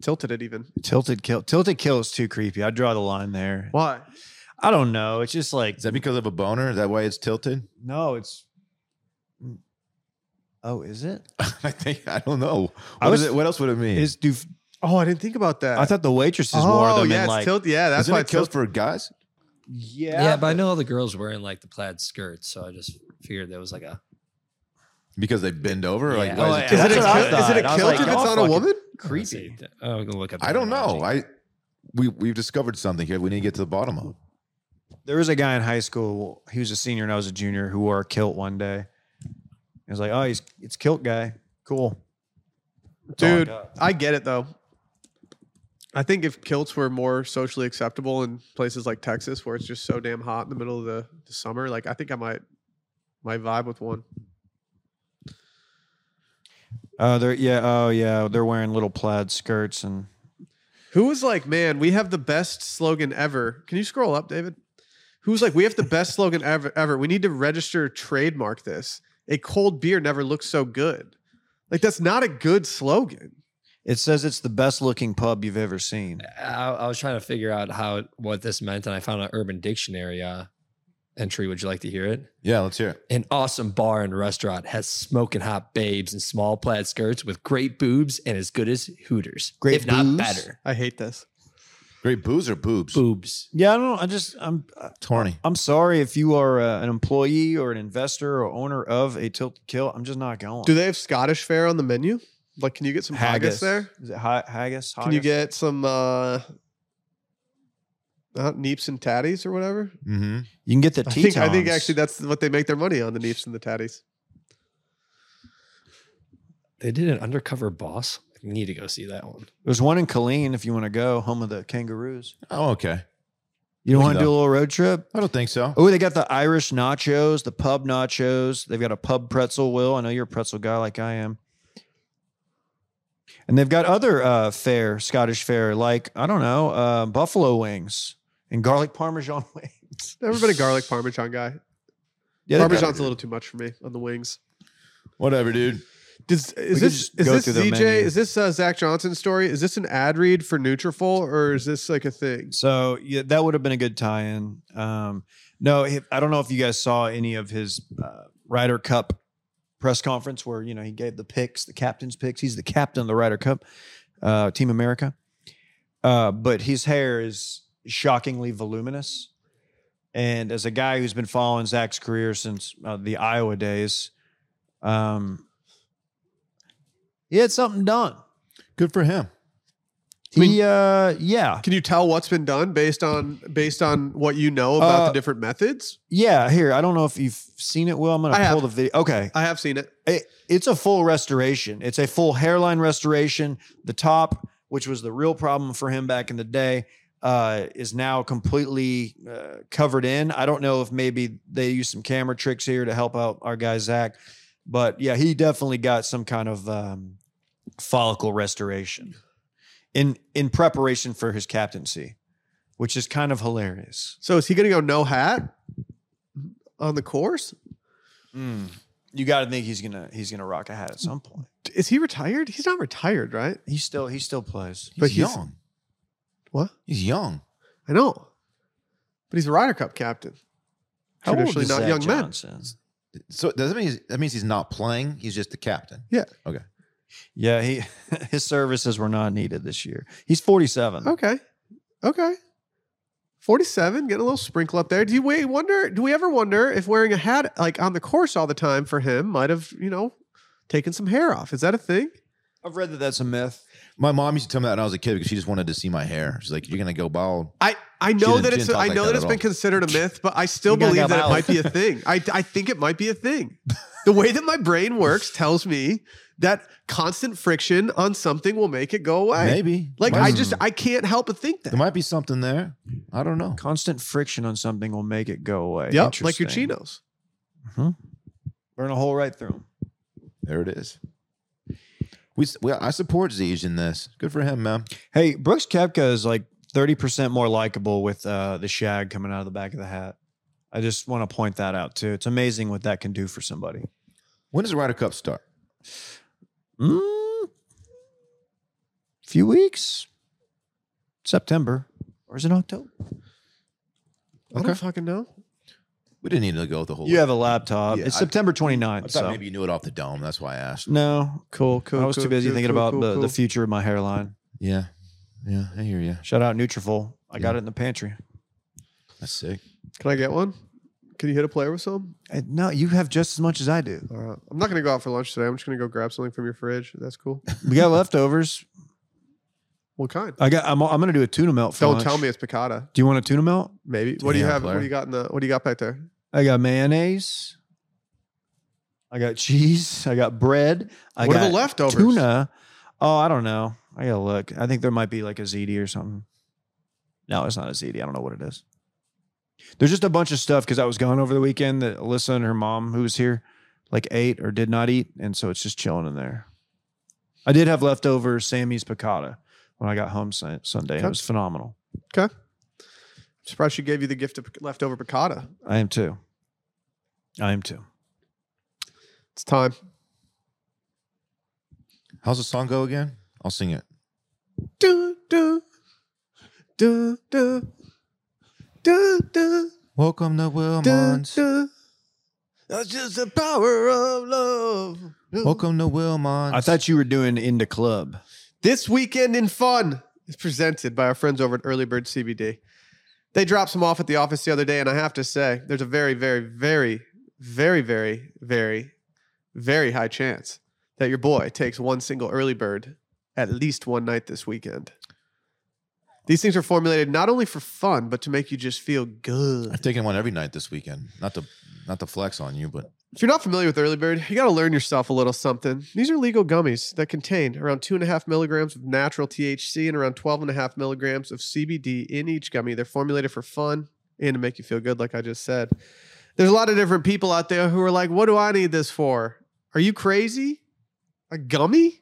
Speaker 1: Tilted it even.
Speaker 2: tilted kill. Tilted kill is too creepy. I draw the line there.
Speaker 1: Why?
Speaker 2: I don't know. It's just like
Speaker 3: Is that because of a boner? Is that why it's tilted?
Speaker 2: no. It's Mm. oh, is it?
Speaker 3: I think I don't know.
Speaker 2: I
Speaker 3: What is
Speaker 2: was-
Speaker 3: it? What else would it mean?
Speaker 2: Is do
Speaker 1: Oh, I didn't think about that.
Speaker 2: I thought the waitresses wore
Speaker 1: oh,
Speaker 2: them
Speaker 1: yeah,
Speaker 2: in
Speaker 1: it's
Speaker 2: like
Speaker 1: tilt- yeah, that's
Speaker 3: Isn't
Speaker 1: why
Speaker 3: it
Speaker 1: it's
Speaker 3: killed
Speaker 1: tilt-
Speaker 3: for guys?
Speaker 2: yeah,
Speaker 4: Yeah, but I know all the girls wearing like the plaid skirts, so I just figured there was like a
Speaker 3: Because they bend over? Like,
Speaker 4: Yeah.
Speaker 3: why
Speaker 2: Oh,
Speaker 3: is it
Speaker 2: yeah.
Speaker 1: Is it,
Speaker 2: That's
Speaker 1: a
Speaker 2: what I
Speaker 1: kilt, is "Oh, it a
Speaker 2: thought. I was
Speaker 1: kilt if
Speaker 2: like,
Speaker 1: it's
Speaker 2: y'all
Speaker 1: on a
Speaker 2: fucking-
Speaker 1: woman?
Speaker 2: creepy.
Speaker 4: Oh, I'm gonna look up. the
Speaker 3: I don't know.
Speaker 4: terminology.
Speaker 3: I we we've discovered something here. We need to get to the bottom of.
Speaker 2: There was a guy in high school. He was a senior and I was a junior who wore a kilt one day. I was like, oh, he's it's kilt guy. Cool.
Speaker 1: Dude, I get it though. I think if kilts were more socially acceptable in places like Texas, where it's just so damn hot in the middle of the, the summer, like I think I might might vibe with one.
Speaker 2: Uh, they're yeah. Oh yeah. They're wearing little plaid skirts and
Speaker 1: Who was like, man, we have the best slogan ever? Can you scroll up, David? Who's like, we have the best slogan ever? Ever? We need to register trademark this. A cold beer never looks so good. Like that's not a good slogan.
Speaker 2: it says it's the best looking pub you've ever seen.
Speaker 4: I, I was trying to figure out how what this meant, and I found an Urban Dictionary uh, entry. Would you like to hear it?
Speaker 3: Yeah, let's hear it.
Speaker 4: An awesome bar and restaurant has smoking hot babes in small plaid skirts with great boobs and as good as Hooters,
Speaker 2: Great
Speaker 4: if not
Speaker 2: boobs?
Speaker 4: better.
Speaker 1: I hate this.
Speaker 3: Great booze or boobs?
Speaker 4: Boobs.
Speaker 2: Yeah, I don't. I just I'm
Speaker 3: Torny.
Speaker 2: I'm sorry if you are uh, an employee or an investor or owner of a tilted kill. I'm just not going.
Speaker 1: Do they have Scottish fare on the menu? Like, can you get some haggis there?
Speaker 2: Is it ha- haggis?
Speaker 1: Can you
Speaker 2: Haggis?
Speaker 1: get some uh uh, neeps and tatties or whatever?
Speaker 3: Mm-hmm.
Speaker 2: You can get the
Speaker 1: I
Speaker 2: tea.
Speaker 1: think, I think actually that's what they make their money on the neeps and the tatties.
Speaker 4: They did an undercover boss. I need to go see that one.
Speaker 2: there's one in Colleen if you want to go home of the kangaroos.
Speaker 3: Oh, okay.
Speaker 2: You don't
Speaker 3: We
Speaker 2: want to
Speaker 3: can
Speaker 2: do a
Speaker 3: go.
Speaker 2: little road trip?
Speaker 3: I don't think so.
Speaker 2: Oh, they got the Irish nachos, the pub nachos. They've got a pub pretzel. Will I know you're a pretzel guy like I am. And they've got other uh, fare, Scottish fare, like I don't know, uh, buffalo wings and garlic parmesan wings.
Speaker 1: Never been a garlic parmesan guy.
Speaker 2: Yeah, they've got-
Speaker 1: Parmesan's a little too much for me on the wings.
Speaker 3: Whatever, dude.
Speaker 1: Does, is
Speaker 2: could
Speaker 1: this
Speaker 2: just
Speaker 1: is
Speaker 2: go
Speaker 1: this
Speaker 2: through the
Speaker 1: ZJ?
Speaker 2: menu.
Speaker 1: Is this uh, Zach Johnson's story? Is this an ad read for Nutrafol or is this like a thing?
Speaker 2: So yeah, that would have been a good tie-in. Um, no, if, I don't know if you guys saw any of his uh, Ryder Cup press conference where you know he gave the picks, the captain's picks. He's the captain of the Ryder Cup, uh, Team America. Uh, but his hair is shockingly voluminous, And as a guy who's been following Zach's career since uh, the Iowa days, um, he had something done.
Speaker 3: Good for him.
Speaker 2: He, uh, yeah,
Speaker 1: Can you tell what's been done based on based on what you know about
Speaker 2: Uh,
Speaker 1: the different methods?
Speaker 2: yeah. Here, I don't know if you've seen it. Will I'm gonna
Speaker 1: I have.
Speaker 2: pull the video. Okay,
Speaker 1: I have seen it.
Speaker 2: it, it's a full restoration. It's a full hairline restoration. The top, which was the real problem for him back in the day, uh, is now completely uh, covered in. I don't know if maybe they use some camera tricks here to help out our guy Zach, but yeah, he definitely got some kind of um, follicle restoration in in preparation for his captaincy, which is kind of hilarious.
Speaker 1: So is he going to go no hat on the course?
Speaker 2: Mm. You got to think he's gonna he's gonna rock a hat at some point.
Speaker 1: Is he retired? He's not retired, right?
Speaker 2: He still he still plays.
Speaker 3: He's
Speaker 1: But he's-
Speaker 3: young.
Speaker 1: What?
Speaker 3: He's young.
Speaker 1: I know, but he's a Ryder Cup captain.
Speaker 2: How old
Speaker 1: Traditionally
Speaker 2: is
Speaker 1: not
Speaker 2: Zach
Speaker 1: young men.
Speaker 2: Johnson?
Speaker 3: So does that mean he's, that means he's not playing? He's just the captain.
Speaker 2: Yeah, he his services were not needed this year. He's 47.
Speaker 1: Okay, okay. Forty-seven, getting a little sprinkle up there. Do you wait, wonder? Do we ever wonder if wearing a hat like on the course all the time for him might have you know taken some hair off? Is that a thing?
Speaker 2: I've read that that's a myth.
Speaker 3: My mom used to tell me that when I was a kid because she just wanted to see my hair. She's like, "You're gonna go bald."
Speaker 1: I, I
Speaker 3: She
Speaker 1: know
Speaker 3: didn't-
Speaker 1: that
Speaker 3: she
Speaker 1: it's
Speaker 3: didn't talk
Speaker 1: I
Speaker 3: like
Speaker 1: know
Speaker 3: that
Speaker 1: that
Speaker 3: at
Speaker 1: it's
Speaker 3: all.
Speaker 1: been considered a myth, but I still
Speaker 2: You gotta
Speaker 1: believe
Speaker 2: go
Speaker 1: that it
Speaker 2: out.
Speaker 1: might be a thing. I I think it might be a thing. The way that my brain works tells me that constant friction on something will make it go away.
Speaker 3: Maybe.
Speaker 1: Like
Speaker 3: Might-
Speaker 1: I just I can't help but think
Speaker 3: there
Speaker 1: that.
Speaker 3: might be something there. I don't know.
Speaker 2: Constant friction on something will make it go away.
Speaker 1: Yep, like your
Speaker 2: Interesting.
Speaker 1: chinos.
Speaker 2: Burn a hole right through him.
Speaker 3: There it is. We, s- we I support Zeej in this. Good for him, man.
Speaker 2: Hey, Brooks Kepka is like 30% more likable with uh, the shag coming out of the back of the hat. I just want to point that out too. It's amazing what that can do for somebody.
Speaker 3: When does the Ryder Cup start?
Speaker 2: Mm, few weeks. September. Or is it October?
Speaker 1: I don't fucking know.
Speaker 3: We didn't need to go with the whole.
Speaker 2: You have a laptop.
Speaker 3: Yeah,
Speaker 2: it's
Speaker 3: I-
Speaker 2: September
Speaker 3: I
Speaker 2: 29th.
Speaker 3: thought
Speaker 2: So.
Speaker 3: maybe you knew it off the dome. That's why I asked.
Speaker 2: No, cool, cool. I was
Speaker 1: cool,
Speaker 2: too busy
Speaker 1: cool,
Speaker 2: thinking
Speaker 1: cool,
Speaker 2: about
Speaker 1: cool,
Speaker 2: the,
Speaker 1: cool.
Speaker 2: the future of my hairline.
Speaker 3: Yeah, yeah, I hear you.
Speaker 2: Shout out Nutrafol. I got it in the pantry.
Speaker 3: That's sick.
Speaker 1: Can I get one? Can you hit a player with some?
Speaker 2: Uh, no, you have just as much as I do.
Speaker 1: All right. I'm not gonna go out for lunch today. I'm just gonna go grab something from your fridge. That's cool.
Speaker 2: We got leftovers.
Speaker 1: What kind?
Speaker 2: I got. I'm, I'm gonna do a tuna melt. For
Speaker 1: Don't
Speaker 2: lunch.
Speaker 1: tell me it's piccata.
Speaker 2: Do you want a tuna melt?
Speaker 1: Maybe. What do you
Speaker 3: Damn,
Speaker 1: have? What
Speaker 3: Blair.
Speaker 1: do you got in the? What do you got back there?
Speaker 2: I got mayonnaise. I got cheese. I got bread. I
Speaker 1: what
Speaker 2: got
Speaker 1: are the leftovers?
Speaker 2: tuna. Oh, I don't know. I gotta look. I think there might be like a ZD or something. No, it's not a ZD. I don't know what it is. There's just a bunch of stuff because I was gone over the weekend that Alyssa and her mom, who was here, like ate or did not eat, and so it's just chilling in there. I did have leftover Sammy's piccata when I got home Sun- Sunday. and
Speaker 1: Okay.
Speaker 2: It was phenomenal.
Speaker 1: Surprised she gave you the gift of leftover piccata.
Speaker 2: I am too. I am too.
Speaker 1: It's time.
Speaker 3: How's the song go again? I'll sing it.
Speaker 1: Do, do, do, do, do, do,
Speaker 3: Welcome to
Speaker 1: do,
Speaker 3: Wilmons.
Speaker 1: do. That's just the power of love.
Speaker 3: Welcome to Wilmons.
Speaker 2: I thought you were doing into club.
Speaker 1: This weekend in fun is presented by our friends over at Early Bird CBD. They dropped some off at the office the other day, and I have to say, there's a very, very, very, very, very, very, very high chance that your boy takes one single early bird at least one night this weekend. These things are formulated not only for fun, but to make you just feel good.
Speaker 3: I've taken one every night this weekend. Not to not to flex on you, but
Speaker 1: If you're not familiar with Early Bird, you got to learn yourself a little something. These are legal gummies that contain around two and a half milligrams of natural THC and around 12 and a half milligrams of CBD in each gummy. They're formulated for fun and to make you feel good, like I just said. There's a lot of different people out there who are like, what do I need this for? Are you crazy? A gummy?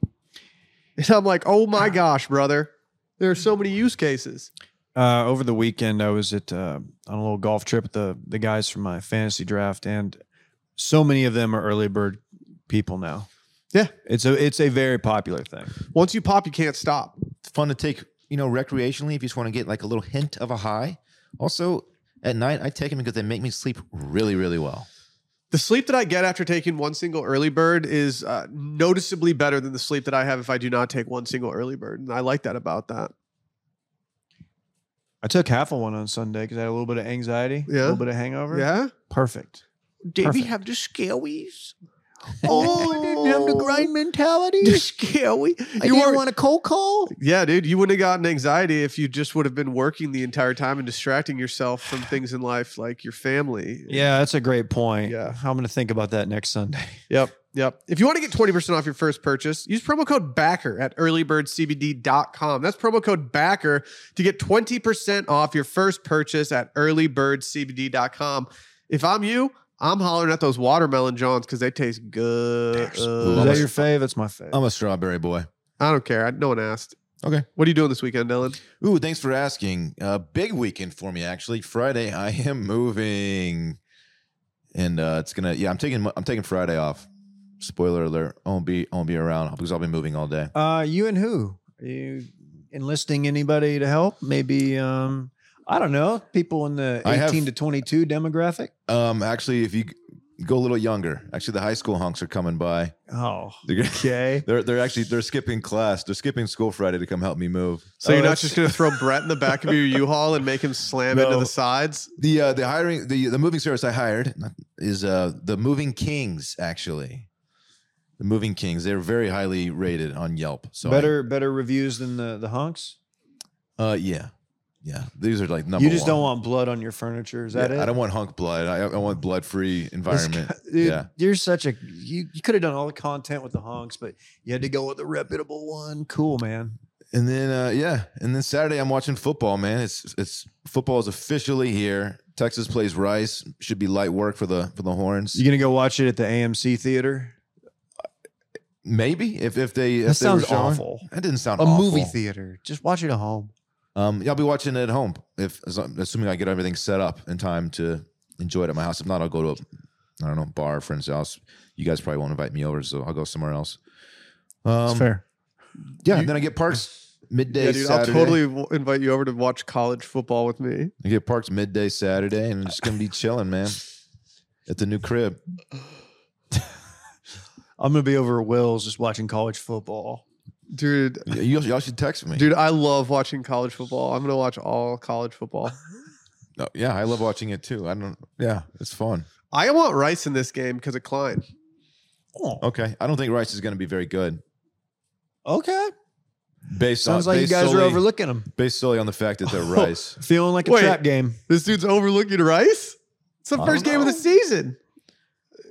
Speaker 1: And I'm like, oh my gosh, brother. There are so many use cases.
Speaker 2: Uh, over the weekend, I was at uh, on a little golf trip with the the guys from my fantasy draft, and so many of them are early bird people now.
Speaker 1: Yeah.
Speaker 2: it's a it's a very popular thing.
Speaker 1: Once you pop, you can't stop.
Speaker 3: it's fun to take, you know, recreationally if you just want to get like a little hint of a high. Also, at night I take them because they make me sleep really, really well.
Speaker 1: The sleep that I get after taking one single early bird is uh, noticeably better than the sleep that I have if I do not take one single early bird. And I like that about that.
Speaker 2: I took half of one on Sunday because I had a little bit of anxiety, a
Speaker 1: Yeah.
Speaker 2: little bit of hangover.
Speaker 1: Yeah.
Speaker 2: Perfect.
Speaker 1: Did
Speaker 2: Perfect.
Speaker 1: have the scaries?
Speaker 2: mentality.
Speaker 1: scaly.
Speaker 2: you didn't want a cold call?
Speaker 1: Yeah, dude, you wouldn't have gotten anxiety if you just would have been working the entire time and distracting yourself from things in life like your family.
Speaker 2: Yeah, that's a great point.
Speaker 1: Yeah.
Speaker 2: I'm going to think about that next Sunday.
Speaker 1: Yep. Yep. If you want to get 20% off your first purchase, use promo code BACKER at earlybirdcbd.com. That's promo code BACKER to get 20% off your first purchase at earlybirdcbd.com. If I'm you, I'm hollering at those watermelon johns because they taste good.
Speaker 3: Ooh,
Speaker 2: Is
Speaker 3: I'm
Speaker 2: that
Speaker 3: a-
Speaker 2: your fave? It's my fave.
Speaker 3: I'm a strawberry boy.
Speaker 1: I don't care. I, no one asked.
Speaker 3: Okay.
Speaker 1: What are you doing this weekend, Dylan?
Speaker 3: Ooh, thanks for asking. Uh, big weekend for me actually. Friday, I am moving, and uh, it's gonna. Yeah, I'm taking. I'm taking Friday off. Spoiler alert. I won't be. I won't be around because I'll be moving all day.
Speaker 2: Uh, you and who? Are you enlisting anybody to help? Maybe um, I don't know, people in the
Speaker 3: I have-
Speaker 2: eighteen to twenty two demographic.
Speaker 3: Um, actually, if you g- go a little younger, actually the high school hunks are coming by.
Speaker 2: Oh,
Speaker 3: They're gonna-
Speaker 2: okay.
Speaker 3: They're they're actually they're skipping class. They're skipping school Friday to come help me move.
Speaker 1: So
Speaker 2: Oh,
Speaker 1: you're not
Speaker 2: that's-
Speaker 1: just going to throw Brett in the back of your U-Haul and make him slam into
Speaker 2: No.
Speaker 1: the sides?
Speaker 3: The uh, the hiring the the moving service I hired is uh the Moving Kings actually. The Moving Kings they're very highly rated on Yelp. So I-
Speaker 2: better better reviews than the the hunks.
Speaker 3: uh yeah. Yeah. These are like number
Speaker 2: You just
Speaker 3: one.
Speaker 2: don't want blood on your furniture. Is that
Speaker 3: Yeah,
Speaker 2: it?
Speaker 3: I don't want hunk blood. I, I want blood free
Speaker 2: This
Speaker 3: environment.
Speaker 2: guy- dude,
Speaker 3: Yeah.
Speaker 2: You're such a you. You could have done all the content with the hunks, but you had to go with a reputable one. Cool, man.
Speaker 3: And then uh yeah, and then Saturday I'm watching football, man. It's it's football is officially here. Texas plays Rice. Should be light work for the for the Horns.
Speaker 2: You gonna go watch it at the AMC theater?
Speaker 3: Maybe if if they
Speaker 2: That
Speaker 3: if they were
Speaker 2: sounds
Speaker 3: showing-
Speaker 2: awful.
Speaker 3: That didn't sound
Speaker 2: A
Speaker 3: awful.
Speaker 2: movie theater. Just watch it at home.
Speaker 3: Um, yeah, I'll be watching it at home if as- assuming I get everything set up in time to enjoy it at my house. If not, I'll go to a I don't know bar or friend's house. You guys probably won't invite me over, so I'll go somewhere else. Um,
Speaker 2: fair.
Speaker 3: Yeah, and then I get parks midday.
Speaker 1: yeah, dude,
Speaker 3: Saturday.
Speaker 1: I'll totally w- invite you over to watch college football with me.
Speaker 3: I get parks midday Saturday, and I'm just gonna be chilling, man, at the new crib.
Speaker 2: I'm gonna be over at Will's just watching college football.
Speaker 1: Dude,
Speaker 3: Y- You, y'all should text me,
Speaker 1: dude, I love watching college football. I'm going to watch all college football.
Speaker 3: No, Oh, yeah, I love watching it too. I don't. Yeah, it's fun.
Speaker 1: I want Rice in this game because of Klein.
Speaker 3: Okay, I don't think Rice is gonna be very good.
Speaker 2: Okay.
Speaker 3: Based
Speaker 2: Sounds
Speaker 3: on
Speaker 2: like you
Speaker 3: based
Speaker 2: guys
Speaker 3: solely,
Speaker 2: are overlooking him.
Speaker 3: based solely on the fact that they're Rice.
Speaker 2: Feeling like a
Speaker 1: Wait.
Speaker 2: trap game.
Speaker 1: This dude's overlooking Rice? It's the
Speaker 3: I
Speaker 1: first
Speaker 3: don't
Speaker 1: game of the
Speaker 3: know.
Speaker 1: season.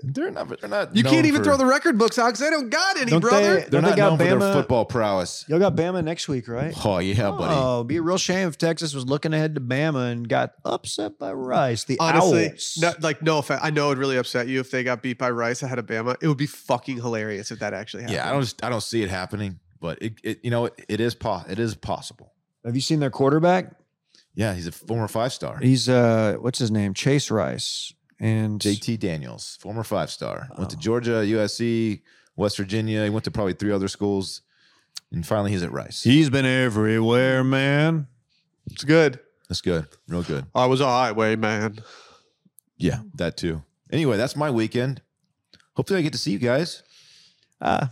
Speaker 3: They're not. They're not.
Speaker 1: You
Speaker 3: known
Speaker 1: can't even
Speaker 3: for-
Speaker 1: throw the record books out because I don't got any,
Speaker 2: Don't
Speaker 1: brother.
Speaker 2: they-
Speaker 3: They're
Speaker 2: Don't
Speaker 3: not known
Speaker 2: got
Speaker 3: for
Speaker 2: Bama-
Speaker 3: their football prowess.
Speaker 2: Y'all got Bama next week, right?
Speaker 3: Oh yeah, buddy.
Speaker 2: Oh, be a real shame if Texas was looking ahead to Bama and got upset by Rice. The
Speaker 1: Honestly,
Speaker 2: Owls.
Speaker 1: no, like no offense, I know it would really upset you if they got beat by Rice ahead of Bama. It would be fucking hilarious if that actually happened.
Speaker 3: yeah, I don't. just- I don't see it happening, but it. it you know, it, it is. Po- it is possible.
Speaker 2: Have you seen their quarterback?
Speaker 3: Yeah, he's a former five star.
Speaker 2: He's uh, what's his name? Chase Rice. And
Speaker 3: JT Daniels, former five star, went to
Speaker 2: Oh.
Speaker 3: Georgia, USC, West Virginia. He went to probably three other schools, and finally he's at Rice.
Speaker 2: he's been everywhere, man.
Speaker 1: It's good.
Speaker 3: that's good, real good.
Speaker 1: I was all right, way man.
Speaker 3: Yeah, that too. Anyway, that's my weekend. Hopefully, I get to see you guys.
Speaker 2: Uh,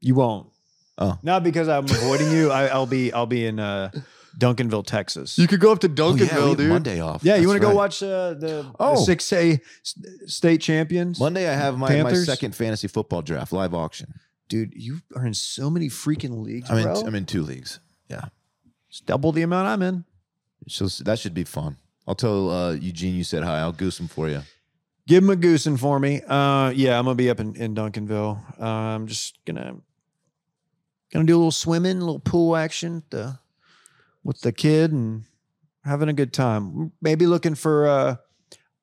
Speaker 2: you won't.
Speaker 3: Oh.
Speaker 2: Not because I'm avoiding you. I, I'll be I'll be in uh, Duncanville, Texas.
Speaker 1: You could go up to
Speaker 3: Oh, yeah,
Speaker 1: Duncanville,
Speaker 3: we have
Speaker 1: dude.
Speaker 3: Monday off.
Speaker 2: yeah,
Speaker 3: That's
Speaker 2: you want to
Speaker 3: right.
Speaker 2: go watch uh, the,
Speaker 3: Oh.
Speaker 2: six A state champions,
Speaker 3: Monday, I have my, my
Speaker 2: Panthers?
Speaker 3: second fantasy football draft live auction.
Speaker 2: dude. You are in so many freaking leagues,
Speaker 3: I'm in,
Speaker 2: bro.
Speaker 3: I'm in two leagues.
Speaker 2: it's double the amount I'm in.
Speaker 3: So s- that should be fun. I'll tell uh, Eugene you said hi. I'll goose him for you.
Speaker 2: Give him a goosing for me. Uh, yeah, I'm gonna be up in, in Duncanville. Uh, I'm just gonna gonna do a little swimming, a little pool action with the with the kid, and having a good time. Maybe looking for uh,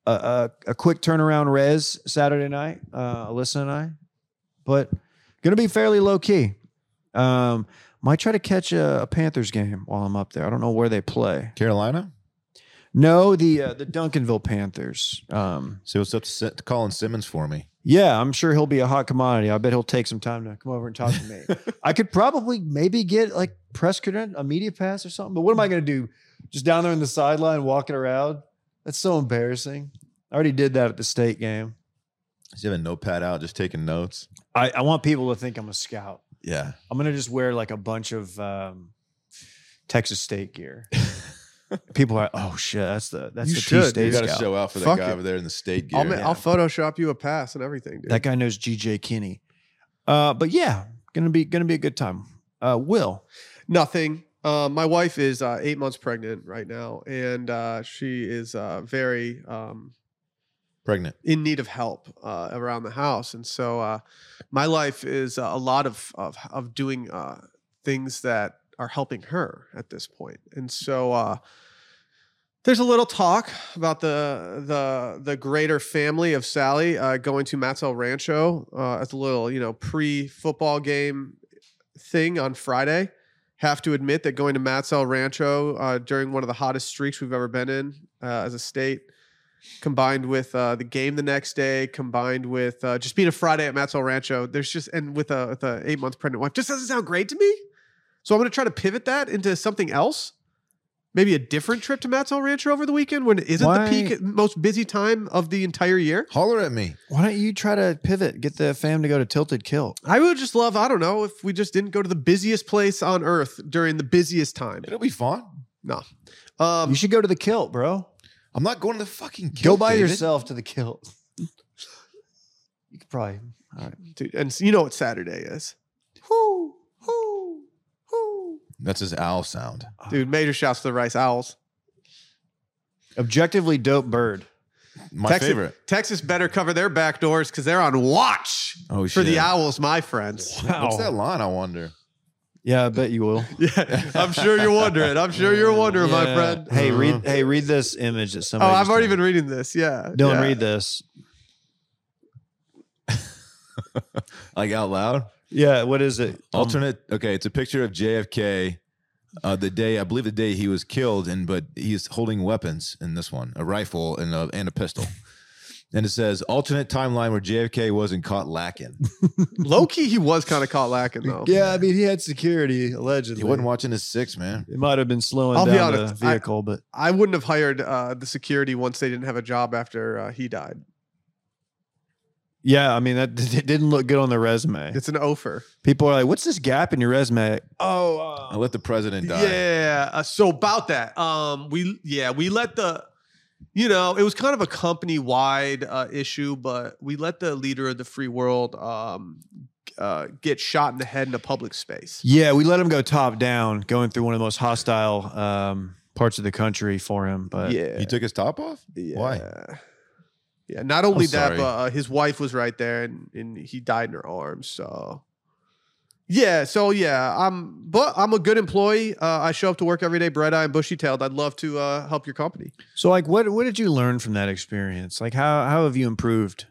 Speaker 2: a a, a quick turnaround res Saturday night. Uh, Alyssa and I, but gonna be fairly low key. Um, might try to catch a, a Panthers game while I'm up there. I don't know where they play.
Speaker 3: Carolina?
Speaker 2: No, the uh, the Duncanville Panthers. Um,
Speaker 3: Say what's up to, Se- to Colin Simmons for me.
Speaker 2: yeah, I'm sure he'll be a hot commodity. I bet he'll take some time to come over and talk to me. I could probably maybe get like press credit, a media pass or something. But what am I going to do? Just down there on the sideline walking around? That's so embarrassing. I already did that at the state game.
Speaker 3: He's having a notepad out, just taking notes.
Speaker 2: I, I want people to think I'm a scout.
Speaker 3: Yeah.
Speaker 2: I'm going to just wear like a bunch of um, Texas State gear. People are, oh shit, that's the that's
Speaker 1: You
Speaker 2: the
Speaker 1: should,
Speaker 2: T
Speaker 1: dude.
Speaker 2: State
Speaker 3: You got to
Speaker 2: scout.
Speaker 3: show out for that
Speaker 1: Fuck
Speaker 3: guy
Speaker 1: it.
Speaker 3: over there in the state gear.
Speaker 1: I'll, ma- I'll Photoshop you a pass and everything, dude.
Speaker 2: That guy knows GJ Kinney. Uh, but yeah, gonna be gonna be a good time. Uh, Will,
Speaker 1: Nothing. Uh, my wife is uh, eight months pregnant right now, and uh, she is uh, very um,
Speaker 3: Pregnant.
Speaker 1: in need of help uh, around the house, and so uh, my life is uh, a lot of of, of doing uh, things that are helping her at this point, and so. Uh, there's a little talk about the the the greater family of Sally uh, going to Matt's El Rancho uh, as a little you know pre football game thing on Friday. Have to admit that going to Matt's El Rancho uh, during one of the hottest streaks we've ever been in uh, as a state, combined with uh, the game the next day, combined with uh, just being a Friday at Matt's El Rancho, there's just and with a with a eight month pregnant wife, just doesn't sound great to me. So I'm going to try to pivot that into something else. Maybe a different trip to Matt's El Rancho over the weekend when it isn't
Speaker 2: Why-
Speaker 1: the peak most busy time of the entire year.
Speaker 3: Holler at me.
Speaker 2: why don't you try to pivot, get the fam to go to Tilted Kilt?
Speaker 1: I would just love, I don't know, if we just didn't go to the busiest place on earth during the busiest time.
Speaker 3: It'll be fun.
Speaker 1: No. Um,
Speaker 2: you should go to the Kilt, bro.
Speaker 3: I'm not going to the fucking.
Speaker 2: Go
Speaker 3: kilt,
Speaker 2: by
Speaker 3: David.
Speaker 2: yourself to the Kilt. you could probably.
Speaker 1: dude, and s- you know what Saturday is.
Speaker 2: Hoo, hoo, hoo.
Speaker 3: That's his owl sound.
Speaker 2: Uh.
Speaker 1: Dude, major shouts to the Rice Owls.
Speaker 2: Objectively dope bird.
Speaker 3: My
Speaker 1: Texas,
Speaker 3: favorite.
Speaker 1: Texas better cover their back doors because they're on watch
Speaker 3: Oh
Speaker 1: for
Speaker 3: shit.
Speaker 1: the Owls, my friends.
Speaker 3: What's that line? I wonder.
Speaker 2: Yeah, I bet you will.
Speaker 1: Yeah, I'm sure you're wondering. I'm sure you're wondering, my
Speaker 2: Yeah.
Speaker 1: friend.
Speaker 2: Hey,
Speaker 3: Uh-huh.
Speaker 2: read hey, read this image that
Speaker 1: Oh,
Speaker 2: somebody.
Speaker 1: I've
Speaker 2: just
Speaker 1: already
Speaker 2: sent
Speaker 1: been
Speaker 2: me.
Speaker 1: reading this. Yeah.
Speaker 2: Dylan,
Speaker 1: yeah.
Speaker 2: read this.
Speaker 3: Like out loud.
Speaker 2: Yeah, what is it? Um,
Speaker 1: Um,
Speaker 3: Alternate. Okay, it's a picture of JFK. Uh, the day I believe the day he was killed, and but he's holding weapons in this one, a rifle and a and a pistol. And it says alternate timeline where JFK wasn't caught lacking.
Speaker 1: Low key, he was kind of caught lacking,
Speaker 2: Um,
Speaker 1: though.
Speaker 2: yeah, I mean he had security allegedly.
Speaker 3: He wasn't watching his six, man.
Speaker 2: It might have been slowing
Speaker 1: I'll be
Speaker 2: down
Speaker 1: honest,
Speaker 2: the
Speaker 1: I-
Speaker 2: vehicle, but
Speaker 1: I wouldn't have hired uh, the security once they didn't have a job after uh, he died.
Speaker 2: yeah, I mean that it didn't look good on the resume.
Speaker 1: It's an offer.
Speaker 2: People are like, "What's this gap in your resume?" Oh,
Speaker 3: I
Speaker 2: uh,
Speaker 3: let the president die.
Speaker 1: Yeah. Uh, so about that, um, we yeah we let the, you know, it was kind of a company wide uh, issue, but we let the leader of the free world um, uh, get shot in the head in a public space.
Speaker 2: yeah, we let him go top down, going through one of the most hostile um, parts of the country for him. But
Speaker 1: yeah.
Speaker 3: He took his top off? Why?
Speaker 1: Yeah. Yeah. Not only
Speaker 3: I'm
Speaker 1: that,
Speaker 3: sorry.
Speaker 1: but uh, his wife was right there, and and he died in her arms. So. Yeah, so yeah, I'm but I'm a good employee. Uh, I show up to work every day, bright eyed and bushy tailed. I'd love to uh, help your company.
Speaker 2: so like, what what did you learn from that experience? Like, how how have you improved?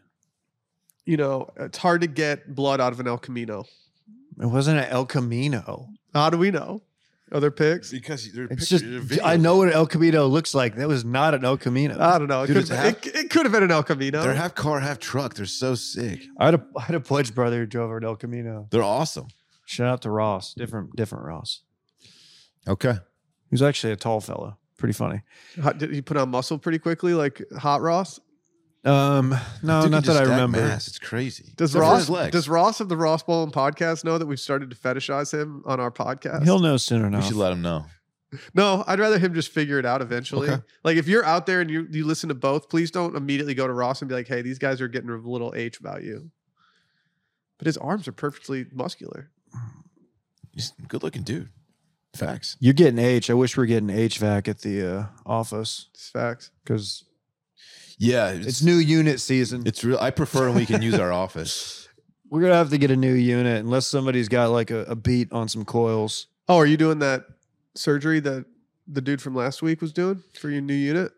Speaker 1: you know, it's hard to get blood out of an El Camino.
Speaker 2: It wasn't an El Camino.
Speaker 1: How do we know? Other picks?
Speaker 3: Because you're
Speaker 2: It's just I know what an El Camino looks like. That was not an El Camino.
Speaker 1: I don't know. It
Speaker 3: Dude,
Speaker 1: could
Speaker 3: it's
Speaker 1: have
Speaker 3: half-
Speaker 1: it, it could have been an El Camino.
Speaker 3: They're half car, half truck. They're so sick.
Speaker 2: I had a I had a pledge brother who drove over to El Camino.
Speaker 3: They're awesome.
Speaker 2: Shout out to Ross, different different Ross.
Speaker 3: Okay.
Speaker 2: He was actually a tall fellow, pretty funny.
Speaker 1: How- did he put on muscle pretty quickly, like Hot Ross?
Speaker 2: Um, no,
Speaker 3: Dude can
Speaker 2: not
Speaker 3: just
Speaker 2: that I
Speaker 3: stack
Speaker 2: remember.
Speaker 3: Mass. It's crazy.
Speaker 1: Does
Speaker 3: Except for
Speaker 1: Ross
Speaker 3: his legs.
Speaker 1: does Ross of the Ross Bowl podcast know that we've started to fetishize him on our podcast?
Speaker 2: Uh, He'll know soon
Speaker 3: we
Speaker 2: enough.
Speaker 3: should let him know.
Speaker 1: no, I'd rather him just figure it out eventually.
Speaker 3: Okay.
Speaker 1: Like if you're out there and you you listen to both, please don't immediately go to Ross and be like, "Hey, these guys are getting a little H about you." But his arms are perfectly muscular.
Speaker 3: He's a good looking dude. Facts.
Speaker 2: You're getting H. I wish we were getting HVAC at the uh, office
Speaker 1: It's facts.
Speaker 2: because
Speaker 3: Yeah.
Speaker 2: it's, new unit season.
Speaker 3: It's real. I prefer when we can use our office.
Speaker 2: We're gonna have to get a new unit unless somebody's got like a, a beat on some coils.
Speaker 1: Oh, are you doing that surgery that the dude from last week was doing for your new unit?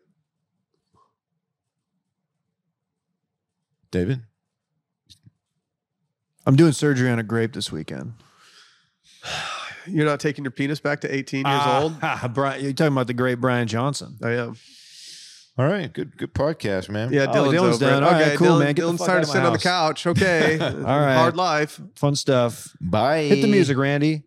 Speaker 3: David?
Speaker 2: I'm doing surgery on a grape this weekend.
Speaker 1: You're not taking your penis back to 18 years old?
Speaker 2: Ah, Brian, you're talking about the great Brian Johnson.
Speaker 1: I am.
Speaker 3: All right. Good good podcast, man.
Speaker 1: Yeah,
Speaker 2: Oh,
Speaker 1: Dylan's,
Speaker 2: Dylan's
Speaker 1: over
Speaker 2: done.
Speaker 1: it.
Speaker 2: All right, cool,
Speaker 1: Dylan,
Speaker 2: man. Get the
Speaker 1: Dylan's
Speaker 2: fuck
Speaker 1: tired of
Speaker 2: out of my
Speaker 1: sitting on the
Speaker 2: house.
Speaker 1: couch. Okay.
Speaker 2: right.
Speaker 1: Hard life.
Speaker 2: Fun stuff.
Speaker 3: Bye.
Speaker 2: Hit the music, Randy.